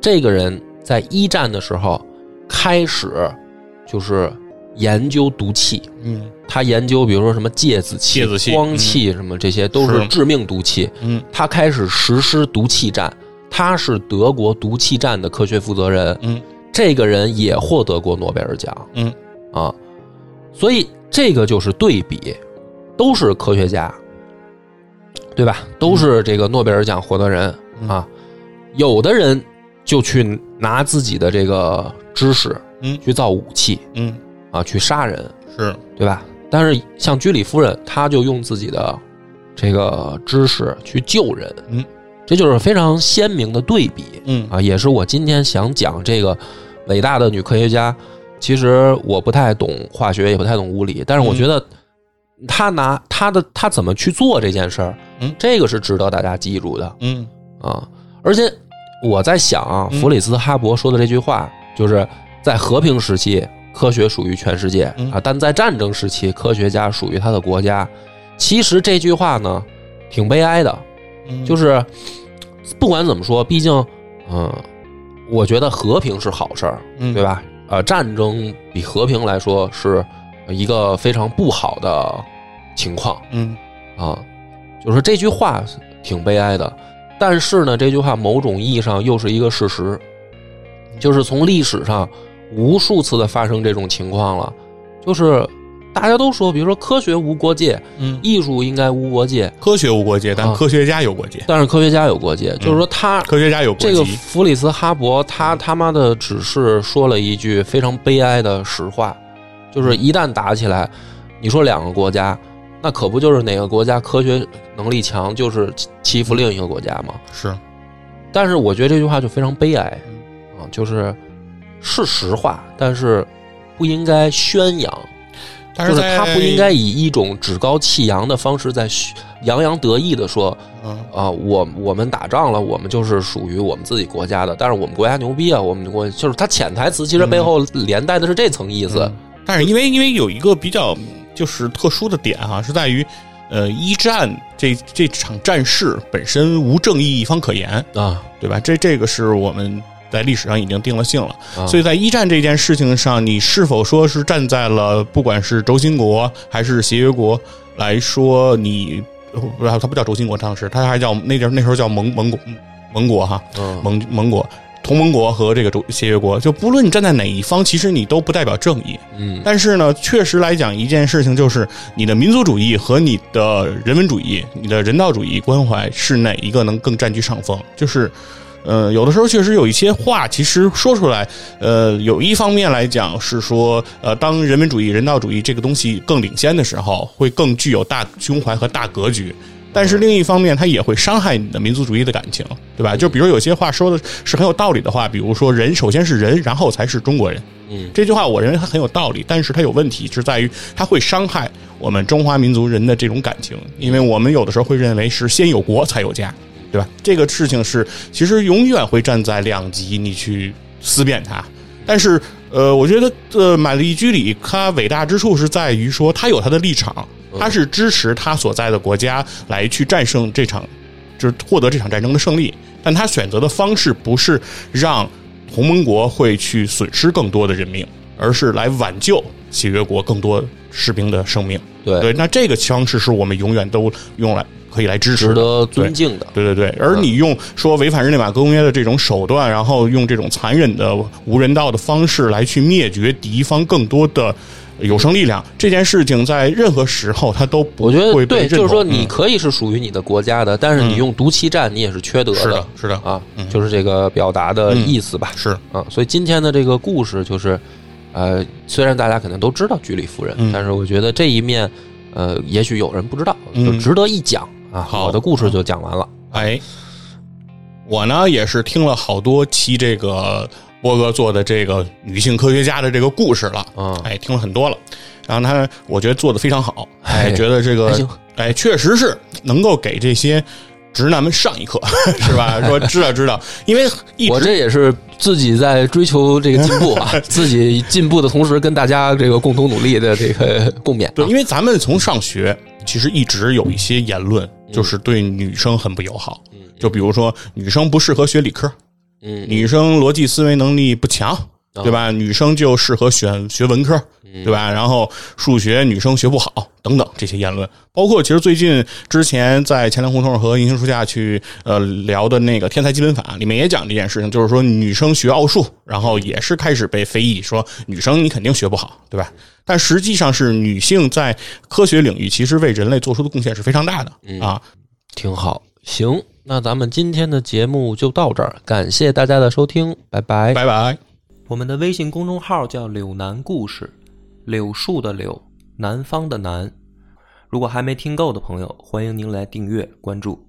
[SPEAKER 1] 这个人在一战的时候开始就是研究毒气，
[SPEAKER 2] 嗯
[SPEAKER 1] 他研究比如说什么芥子气、
[SPEAKER 2] 芥子气嗯
[SPEAKER 1] 光气什么这些都是
[SPEAKER 2] 是
[SPEAKER 1] 致命毒气。
[SPEAKER 2] 嗯
[SPEAKER 1] 他开始实施毒气战，他是德国毒气战的科学负责人。
[SPEAKER 2] 嗯
[SPEAKER 1] 这个人也获得过诺贝尔奖
[SPEAKER 2] 嗯
[SPEAKER 1] 啊，所以这个就是对比，都是科学家，对吧？都是这个诺贝尔奖获得人
[SPEAKER 2] 嗯
[SPEAKER 1] 啊，有的人就去拿自己的这个知识，
[SPEAKER 2] 嗯
[SPEAKER 1] 去造武器
[SPEAKER 2] 嗯，
[SPEAKER 1] 啊，去杀人，
[SPEAKER 2] 是，
[SPEAKER 1] 对吧？但是像居里夫人，她就用自己的这个知识去救人，
[SPEAKER 2] 嗯，
[SPEAKER 1] 这就是非常鲜明的对比，
[SPEAKER 2] 嗯
[SPEAKER 1] 啊，也是我今天想讲这个伟大的女科学家。其实我不太懂化学，也不太懂物理，但是我觉得她拿她的她怎么去做这件事儿，
[SPEAKER 2] 嗯
[SPEAKER 1] 这个是值得大家记住的
[SPEAKER 2] 嗯
[SPEAKER 1] 啊。而且我在想啊，
[SPEAKER 2] 嗯
[SPEAKER 1] 弗里斯哈勃说的这句话，就是在和平时期，科学属于全世界、
[SPEAKER 2] 嗯
[SPEAKER 1] 啊，但在战争时期，科学家属于他的国家。其实这句话呢，挺悲哀的，
[SPEAKER 2] 嗯，
[SPEAKER 1] 就是不管怎么说，毕竟，嗯、我觉得和平是好事儿，
[SPEAKER 2] 嗯
[SPEAKER 1] 对？吧？呃，战争比和平来说是一个非常不好的情况
[SPEAKER 2] 嗯
[SPEAKER 1] 啊。就是说这句话挺悲哀的，但是呢，这句话某种意义上又是一个事实，就是从历史上无数次的发生这种情况了，就是大家都说，比如说科学无国界，
[SPEAKER 2] 嗯，
[SPEAKER 1] 艺术应该无国界，
[SPEAKER 2] 科学无国界，但
[SPEAKER 1] 啊
[SPEAKER 2] 科学家有国界，
[SPEAKER 1] 但是科学家有国界，就是说他
[SPEAKER 2] 科学家有国
[SPEAKER 1] 这个
[SPEAKER 2] 籍。
[SPEAKER 1] 弗里斯哈勃他他妈的只是说了一句非常悲哀的实话，就是一旦打起来，你说两个国家，那可不就是哪个国家科学能力强就是欺欺负另一个国家吗？
[SPEAKER 2] 是，
[SPEAKER 1] 但是我觉得这句话就非常悲哀
[SPEAKER 2] 嗯
[SPEAKER 1] 啊，就是是实话，但是不应该宣扬，
[SPEAKER 2] 但
[SPEAKER 1] 就是是
[SPEAKER 2] 在
[SPEAKER 1] 他不应该以一种趾高气扬的方式在嘘洋洋得意的说
[SPEAKER 2] 嗯
[SPEAKER 1] 啊，我我们打仗了，我们就是属于我们自己国家的，但是我们国家牛逼啊，我们国就是他潜台词其实背后连带的是这层意思，
[SPEAKER 2] 嗯但是因为因为有一个比较就是特殊的点啊哈、是在于，呃，一战这这场战事本身无正义一方可言，
[SPEAKER 1] 啊，
[SPEAKER 2] 对吧？这这个是我们在历史上已经定了性了。
[SPEAKER 1] 啊
[SPEAKER 2] 嗯所以在一战这件事情上，你是否说是站在了不管是轴心国还是协约国来说，你不，它不叫轴心国，当时它还叫那阵儿那时候叫盟盟国盟国哈
[SPEAKER 1] 嗯
[SPEAKER 2] 盟盟国同盟国和这个轴协约国，就不论你站在哪一方，其实你都不代表正义。
[SPEAKER 1] 嗯
[SPEAKER 2] 但是呢，确实来讲，一件事情就是你的民族主义和你的人文主义、你的人道主义关怀是哪一个能更占据上风？就是，呃，有的时候确实有一些话，其实说出来，呃，有一方面来讲是说，呃，当人文主义、人道主义这个东西更领先的时候，会更具有大胸怀和大格局。但是另一方面，它也会伤害你的民族主义的感情，对吧？就比如有些话说的是很有道理的话，比如说人首先是人，然后才是中国人。
[SPEAKER 1] 嗯
[SPEAKER 2] 这句话我认为它很有道理，但是它有问题，是在于它会伤害我们中华民族人的这种感情，因为我们有的时候会认为是先有国才有家，对吧？这个事情是其实永远会站在两极，你去思辨它。但是，呃，我觉得，呃，玛丽居里她伟大之处是在于说，她有她的立场，她是支持她所在的国家来去战胜这场，就是获得这场战争的胜利。但她选择的方式不是让同盟国会去损失更多的人命，而是来挽救协约国更多士兵的生命。
[SPEAKER 1] 对
[SPEAKER 2] 对，那这个方式是我们永远都用来可以来支
[SPEAKER 1] 值
[SPEAKER 2] 持的。
[SPEAKER 1] 得尊敬的，
[SPEAKER 2] 对对对，而你用说违反日内瓦公约的这种手段，然后用这种残忍的、无人道的方式来去灭绝敌方更多的有生力量，这件事情在任何时候它都不
[SPEAKER 1] 我觉
[SPEAKER 2] 会
[SPEAKER 1] 得对，
[SPEAKER 2] 被认同。
[SPEAKER 1] 就是说
[SPEAKER 2] 嗯
[SPEAKER 1] 你可以是属于你的国家的，但是你用毒气战你也是缺德
[SPEAKER 2] 是的，嗯是的，
[SPEAKER 1] 啊，就是这个表达的意思吧。
[SPEAKER 2] 是
[SPEAKER 1] 啊，所以今天的这个故事就是，呃，虽然大家可能都知道居里夫人，
[SPEAKER 2] 嗯
[SPEAKER 1] 但是我觉得这一面，呃，也许有人不知道，
[SPEAKER 2] 嗯
[SPEAKER 1] 就值得一讲啊，
[SPEAKER 2] 好
[SPEAKER 1] 我的故事就讲完了。
[SPEAKER 2] 哎，我呢也是听了好多期这个波哥做的这个女性科学家的这个故事了，
[SPEAKER 1] 嗯
[SPEAKER 2] 哎，听了很多了。然后他，我觉得做的非常好，哎，
[SPEAKER 1] 哎
[SPEAKER 2] 觉得这
[SPEAKER 1] 还
[SPEAKER 2] 个
[SPEAKER 1] 行，
[SPEAKER 2] 哎，确实是能够给这些直男们上一课， (laughs) 是吧？说知
[SPEAKER 1] (laughs)
[SPEAKER 2] 道知道，因为一
[SPEAKER 1] 我
[SPEAKER 2] 直
[SPEAKER 1] 这也是自己在追求这个进步
[SPEAKER 2] (laughs)
[SPEAKER 1] 啊，自己进步的同时，跟大家这个共同努力的这个 (laughs) 共勉、啊。
[SPEAKER 2] 对，因为咱们从上学其实一直有一些言论，
[SPEAKER 1] 嗯
[SPEAKER 2] 就是对女生很不友好，就比如说女生不适合学理科，
[SPEAKER 1] 嗯，
[SPEAKER 2] 女生逻辑思维能力不强，对吧？女生就适合选学文科，对吧？然后数学女生学不好等等这些言论，包括其实最近之前在钱粮胡同和银杏树下去呃聊的那个《天才基本法》里面也讲这件事情，就是说女生学奥数，然后也是开始被非议说女生你肯定学不好，对吧？但实际上是女性在科学领域其实为人类做出的贡献是非常大的啊。
[SPEAKER 1] 挺好。行，那咱们今天的节目就到这儿，感谢大家的收听，拜拜。
[SPEAKER 2] 拜拜。
[SPEAKER 3] 我们的微信公众号叫“柳南故事”，柳树的柳，南方的南。如果还没听够的朋友，欢迎您来订阅关注。